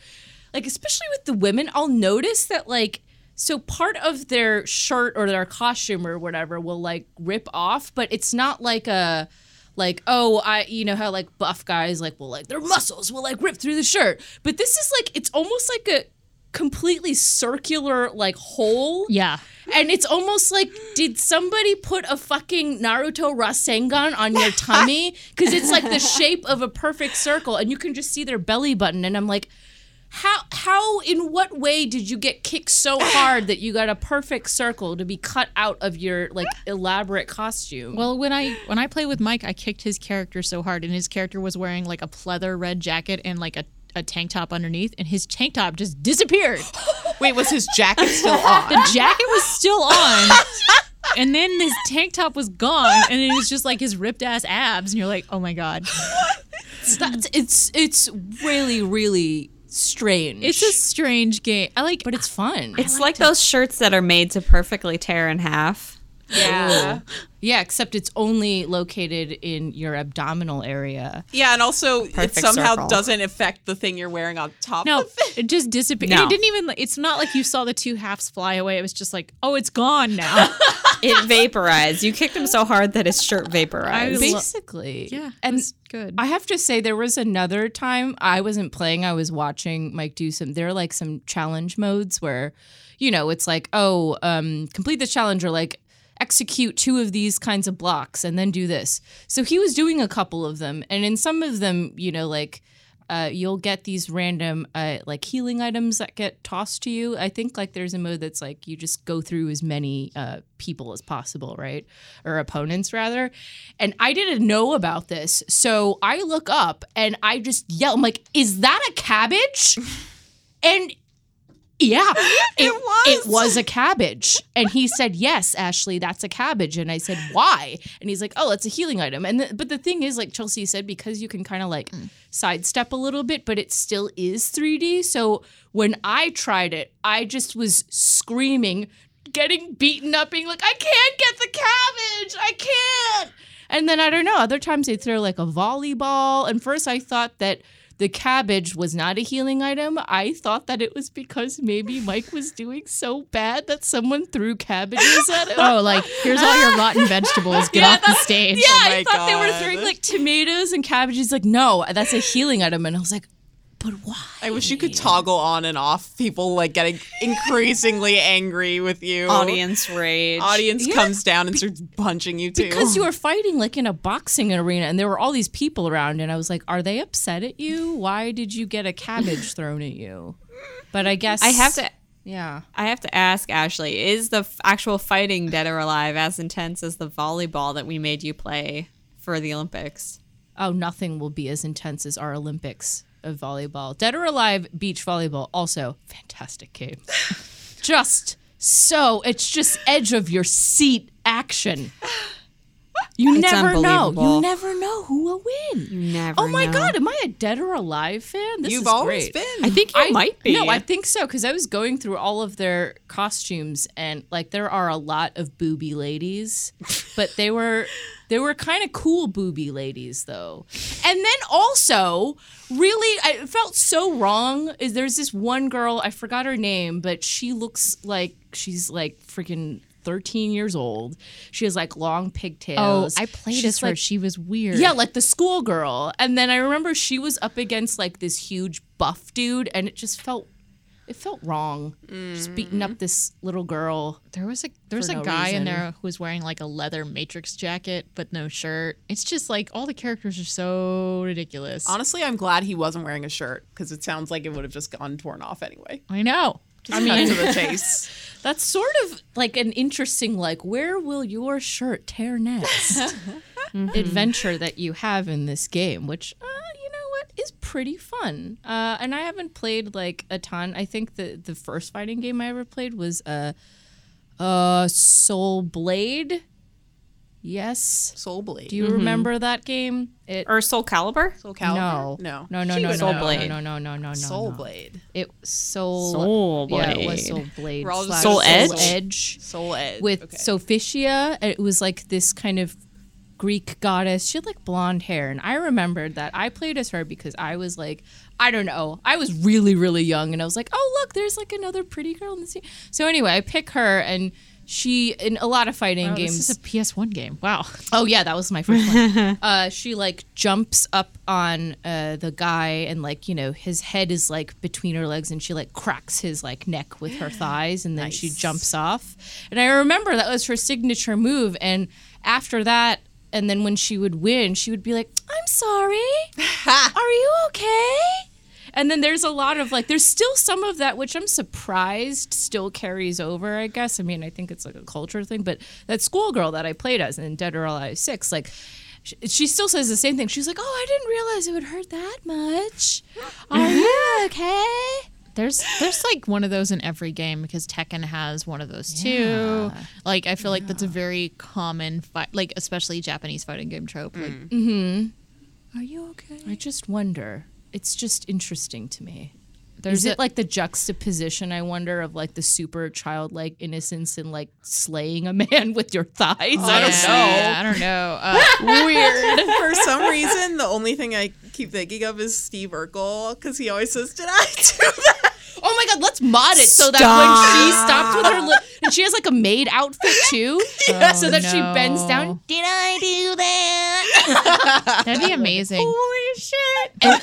Speaker 3: like especially with the women, I'll notice that like so part of their shirt or their costume or whatever will like rip off, but it's not like a like oh I you know how like buff guys like will like their muscles will like rip through the shirt, but this is like it's almost like a completely circular like hole
Speaker 4: Yeah.
Speaker 3: and it's almost like, did somebody put a fucking Naruto Rasengan on
Speaker 4: (laughs)
Speaker 3: your tummy? Because it's like the shape of a perfect circle, and you can just see their belly button. And I'm like, how, how, in what way did you get kicked so hard that you got a perfect circle to be cut out of your like elaborate costume?
Speaker 4: Well, when I when I play with Mike, I kicked his character so hard, and his character was wearing like a pleather red jacket and like a, a tank top underneath, and his tank top just disappeared.
Speaker 3: (gasps)
Speaker 4: (laughs)
Speaker 2: Wait, was his jacket still on?
Speaker 4: The jacket was still on, and then his tank top was gone, and it was just like his ripped ass abs, and you're like, oh my god,
Speaker 3: it's, not- it's it's really really strange.
Speaker 4: it's a strange game. I like,
Speaker 3: but it's fun.
Speaker 1: It's like those shirts that are made to perfectly tear in half.
Speaker 3: yeah, yeah. Except it's only located in your abdominal area.
Speaker 2: Yeah, and also it
Speaker 1: Perfect
Speaker 2: somehow
Speaker 1: circle.
Speaker 2: doesn't affect the thing you're wearing on top
Speaker 4: no,
Speaker 2: of it.
Speaker 4: it just disappeared.
Speaker 1: No.
Speaker 4: It didn't even. It's not like you saw the two halves fly away. It was just like, oh, it's gone (laughs) now.
Speaker 1: It vaporized. You kicked him so hard that his shirt
Speaker 4: I
Speaker 1: vaporized.
Speaker 4: lo-
Speaker 3: Basically,
Speaker 4: yeah,
Speaker 3: And
Speaker 4: it's good.
Speaker 3: I have to say, there was another time I wasn't playing. I was watching Mike do some. There are like some challenge modes where, you know, it's like, oh, um, complete this challenge or like execute two of these kinds of blocks and then do this. So he was doing a couple of them, and in some of them, you know, like. Uh, you'll get these random uh, like healing items that get tossed to you. I think like there's a mode that's like you just go through as many uh, people as possible, right? Or opponents rather. And I didn't know about this, so I look up and I just yell, "I'm like, is that a cabbage?" and yeah, (laughs) it, it was. a cabbage. And he said, "Yes, Ashley, that's a cabbage." And I said, "Why?" And he's like, "Oh, it's a healing item." And the, but the thing is, like Chelsea said, because you can kind of like sidestep a little bit, but it still is 3D. So when I tried it, I just was screaming, getting beaten up, being like, "I can't get the cabbage! I can't!" And then I don't know, other times they throw like a volleyball. And first I thought that the cabbage was not a healing item. I thought that it was because maybe Mike was doing so bad that someone threw cabbages at him.
Speaker 4: Oh, like here's all your
Speaker 3: (laughs)
Speaker 4: rotten vegetables. Get
Speaker 3: Yeah,
Speaker 4: off the
Speaker 3: that-
Speaker 4: stage.
Speaker 3: Yeah,
Speaker 4: Oh
Speaker 3: I
Speaker 4: my
Speaker 3: thought they were
Speaker 4: God.
Speaker 3: throwing like tomatoes and cabbages. Like, no, that's a healing item. And I was like, but why?
Speaker 2: I wish you could toggle on and off people like getting increasingly angry with you.
Speaker 1: Audience rage.
Speaker 2: Audience
Speaker 3: Yeah.
Speaker 2: comes down and starts punching you too. (laughs)
Speaker 3: Because
Speaker 4: Oh.
Speaker 3: you were fighting like in a boxing arena and there were all these people around, and I was like, are they upset at you? Why did you get
Speaker 4: (laughs)
Speaker 3: a cabbage thrown at you? But I guess
Speaker 1: I have to.
Speaker 3: Yeah.
Speaker 1: I have to ask Ashley: Is the f- actual fighting dead or alive as intense as the volleyball that we made you play for the Olympics?
Speaker 3: Oh, nothing will be as intense as our Olympics of volleyball. Dead or Alive beach volleyball, also fantastic game. (laughs) just so, it's just edge of your seat action. You
Speaker 1: It's
Speaker 3: never know.
Speaker 1: unbelievable.
Speaker 3: You never know who will win.
Speaker 1: never
Speaker 3: Oh my
Speaker 1: know.
Speaker 3: God, am I a Dead or Alive fan? This
Speaker 2: You've
Speaker 3: is
Speaker 2: always
Speaker 3: great.
Speaker 2: been.
Speaker 4: I think you
Speaker 3: I-
Speaker 4: might be.
Speaker 3: No, I think so because I was going through all of their costumes and like there are a lot of booby
Speaker 4: (laughs)
Speaker 3: ladies, but they were they were kind of cool booby ladies though. And then also, really, I it felt so wrong. Is there's this one girl I forgot her name, but she looks like she's like freaking. 13 years old. She has like long
Speaker 4: Oh,
Speaker 3: pigtails.
Speaker 4: I played
Speaker 3: She's,
Speaker 4: as her.
Speaker 3: like,
Speaker 4: she was weird.
Speaker 3: yeah, like the schoolgirl. And then I remember she was up against like this huge buff dude, and it just felt it felt wrong. Just beating up this little girl.
Speaker 4: there was a there was a
Speaker 3: For no
Speaker 4: guy
Speaker 3: reason.
Speaker 4: in there who was wearing like a leather Matrix jacket but no shirt. It's just like all the characters are so ridiculous.
Speaker 2: Honestly, I'm glad he wasn't wearing a shirt because it sounds like it would have just gone torn off anyway.
Speaker 4: I know.
Speaker 2: Just I mean, to (laughs) the chase.
Speaker 3: That's sort of like an interesting like where will your shirt
Speaker 2: (laughs)
Speaker 3: tear next adventure that you have in this game, which uh, you know what is pretty fun. Uh, and I haven't played like a ton. I think the the first fighting game I ever played was uh, uh Soul Blade. Yes.
Speaker 2: Soul Blade.
Speaker 3: Do you remember that game? It
Speaker 1: Or Soul Calibur?
Speaker 2: Soul Calibur?
Speaker 3: no,
Speaker 2: No.
Speaker 3: no, no, no, no,
Speaker 1: Soul
Speaker 3: no,
Speaker 1: Blade.
Speaker 3: no, no, no, no, no,
Speaker 2: Soul
Speaker 3: no.
Speaker 2: Blade.
Speaker 3: It soul,
Speaker 4: Soul
Speaker 3: Yeah, it was
Speaker 4: Blade.
Speaker 3: soul blade.
Speaker 2: We're all just
Speaker 3: slash
Speaker 2: Soul Edge?
Speaker 3: edge
Speaker 2: Soul Edge.
Speaker 3: with
Speaker 2: okay.
Speaker 3: Sophicia. It was like this kind of Greek goddess. She had like blonde hair, and I remembered that I played as her because I was like, I don't know, I was really, really young, and I was like, oh look, there's like another pretty girl in the scene. So anyway, I pick her, and she in a lot of fighting
Speaker 4: Oh,
Speaker 3: games.
Speaker 4: This is a PS1 game. Wow.
Speaker 3: Oh yeah, that was
Speaker 4: (laughs)
Speaker 3: my first one. uh, she like jumps up on uh, the guy and like you know his head is like between her legs and she like cracks his like
Speaker 4: (gasps)
Speaker 3: neck with her thighs and then she jumps off. And I remember that was her signature move. And after that, and then when she would win, she would be like,
Speaker 4: (laughs)
Speaker 3: "I'm sorry, are you okay?" And then there's a lot of like, there's still some of that, which I'm surprised still carries over, I guess. I mean, I think it's like a culture thing, but that schoolgirl that I played as in Dead or Alive 6, like, she, she still says the same thing. She's like, oh, I didn't realize it would hurt that much. Are you okay?
Speaker 4: There's there's like one of those in every game because Tekken has one of those too. Like I feel like that's a very common fight, like especially Japanese fighting game trope. Like
Speaker 3: Are you okay? I just wonder. It's just interesting to me.
Speaker 4: there's
Speaker 3: Is it
Speaker 4: a-
Speaker 3: like the juxtaposition, I wonder, of like the super childlike innocence and like slaying a (laughs) man with your thighs? I don't
Speaker 4: Yeah,
Speaker 3: know.
Speaker 4: I don't know. Uh,
Speaker 2: Weird. For some reason, the only thing I keep thinking of is Steve Urkel because he always says, "Did I do that?"
Speaker 3: Oh my god, let's mod it so that when she stops with her lip and she has like a maid outfit
Speaker 4: (laughs)
Speaker 3: too. (laughs) so that she
Speaker 4: Oh, no.
Speaker 3: bends down. Did I do that?
Speaker 4: (laughs) that'd be amazing.
Speaker 3: Holy shit. And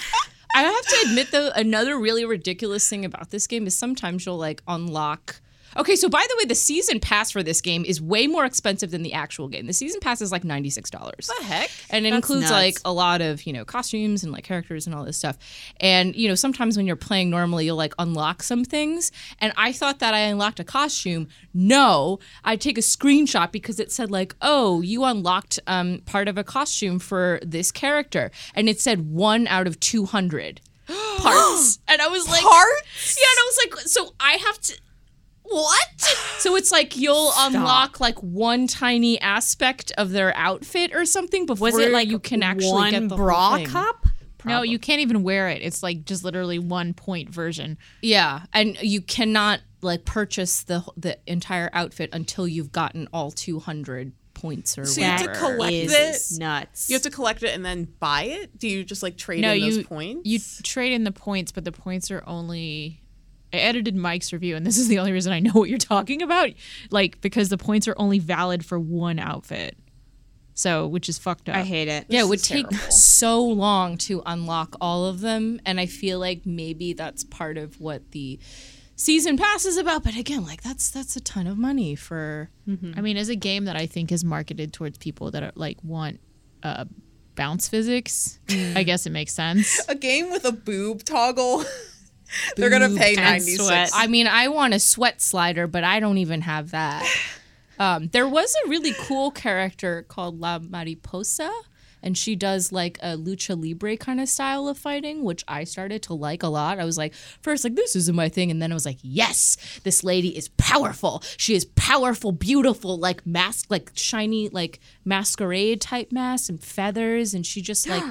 Speaker 3: I have to admit though, another really ridiculous thing about this game is sometimes you'll like unlock Okay, so by the way, the season pass for this game is way more expensive than the actual game. The season pass is like $96. The
Speaker 2: Heck.
Speaker 3: and it includes
Speaker 1: nuts.
Speaker 3: like a lot of you know costumes and like characters and all this stuff and you know sometimes when you're playing normally you'll like unlock some things and i thought that i unlocked a costume no i take a screenshot because it said like oh you unlocked um, part of a costume for this character and it said one out of
Speaker 1: (gasps)
Speaker 3: 200 parts and i was like yeah and i was like so i have to
Speaker 1: (sighs)
Speaker 3: what? So it's like you'll unlock like one tiny aspect of their outfit or something before
Speaker 1: Was it like
Speaker 3: you can actually
Speaker 1: one
Speaker 3: get the
Speaker 1: bra
Speaker 3: whole thing.
Speaker 1: cup?
Speaker 4: No, you can't even wear it. It's like just literally one point version.
Speaker 3: Yeah, and you cannot like purchase the the entire outfit until you've gotten all 200 points or
Speaker 2: So you have
Speaker 3: whatever.
Speaker 2: to collect
Speaker 3: is
Speaker 2: it?
Speaker 3: Nuts.
Speaker 2: You have to collect it and then buy it. Do you just like trade
Speaker 4: no,
Speaker 2: in
Speaker 4: you
Speaker 2: those points?
Speaker 4: you trade in the points, but the points are only. I edited Mike's review, and this is the only reason I know what you're talking about. Like because the points are only valid for one outfit, so which is fucked up.
Speaker 1: I hate it.
Speaker 3: yeah, it would take so long to unlock all of them, and I feel like maybe that's part of what the season pass is about. But again, like that's that's a ton of money for
Speaker 4: I mean, as a game that I think is marketed towards people that are like want uh, bounce physics, I guess it makes sense.
Speaker 2: a game with a boob toggle. (laughs) They're gonna pay ninety six.
Speaker 3: I mean, I want a sweat slider, but I don't even have
Speaker 1: (sighs)
Speaker 3: that. Um, there was a really cool character called La Mariposa, and she does like a lucha libre kind of style of fighting, which I started to like a lot. I was like, first, like, this isn't my thing. And then I was like, yes, this lady is powerful. She is powerful, beautiful, like mask, like shiny, like masquerade type mask and feathers. And she
Speaker 1: (gasps)
Speaker 3: just like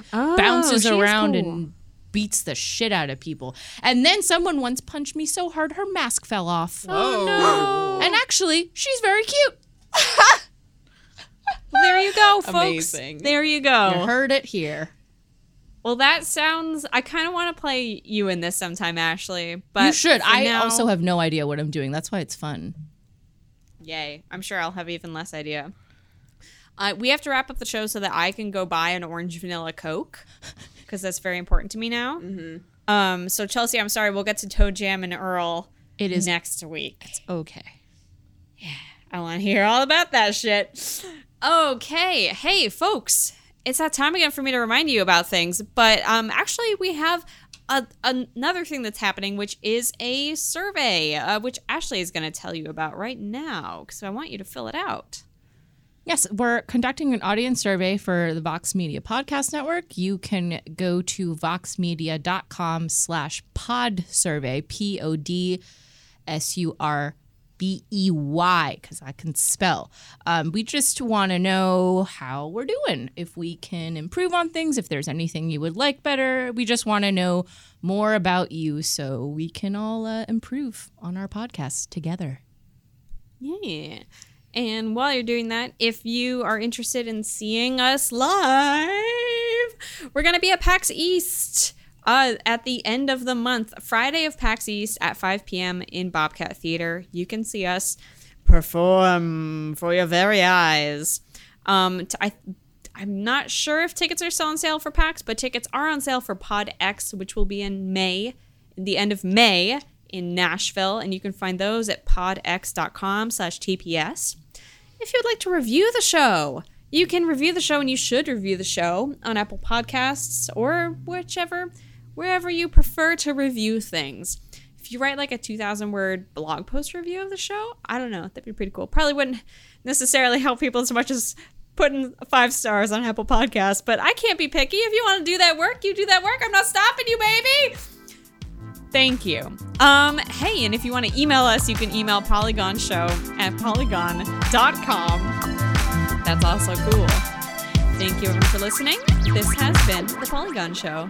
Speaker 1: Oh,
Speaker 3: bounces
Speaker 1: she is
Speaker 3: around
Speaker 1: cool.
Speaker 3: and beats the shit out of people. And then someone once punched me so hard her mask fell off. Oh no. And actually, she's very cute.
Speaker 1: There you go, folks.
Speaker 2: Amazing.
Speaker 1: There you go.
Speaker 3: You heard it here.
Speaker 1: Well, that sounds. I kind of want to play you in this sometime, Ashley. But
Speaker 3: you should.
Speaker 1: for
Speaker 3: I
Speaker 1: now-
Speaker 3: also have no idea what I'm doing. That's why it's fun.
Speaker 1: Yay! I'm sure I'll have even less idea. Uh, we have to wrap up the show so that I can go buy an orange vanilla Coke because that's very important to me now. Mm-hmm. Um, so Chelsea, I'm sorry. We'll get to Toe Jam and Earl. It is next week.
Speaker 4: Okay.
Speaker 1: I want to hear all about that shit. Okay. Hey, folks, it's that time again for me to remind you about things. But um, actually, we have a, another thing that's happening, which is a survey, uh, which Ashley is going to tell you about right now because I want you to fill it out.
Speaker 3: Yes, we're conducting an audience survey for the Vox Media Podcast Network. You can go to voxmedia.com slash pod survey, P O D S U R B E Y, because I can spell. Um, we just want to know how we're doing, if we can improve on things, if there's anything you would like better. We just want to know more about you so we can all uh, improve on our podcast together.
Speaker 1: Yeah. And while you're doing that, if you are interested in seeing us live, we're going to be at PAX East uh, at the end of the month, Friday of PAX East at 5 p.m. in Bobcat Theater. You can see us perform for your very eyes. Um, t- I, I'm not sure if tickets are still on sale for PAX, but tickets are on sale for Pod X, which will be in May, the end of May in Nashville, and you can find those at podx.com slash TPS. If you'd like to review the show, you can review the show and you should review the show on Apple Podcasts or whichever, wherever you prefer to review things. If you write like a 2,000 word blog post review of the show, I don't know, that'd be pretty cool. Probably wouldn't necessarily help people as much as putting five stars on Apple Podcasts, but I can't be picky. If you want to do that work, you do that work. I'm not stopping you, baby. Thank you. Um, hey, and if you want to email us, you can email polygonshow at polygon.com. That's also cool. Thank you everyone for listening. This has been The Polygon Show.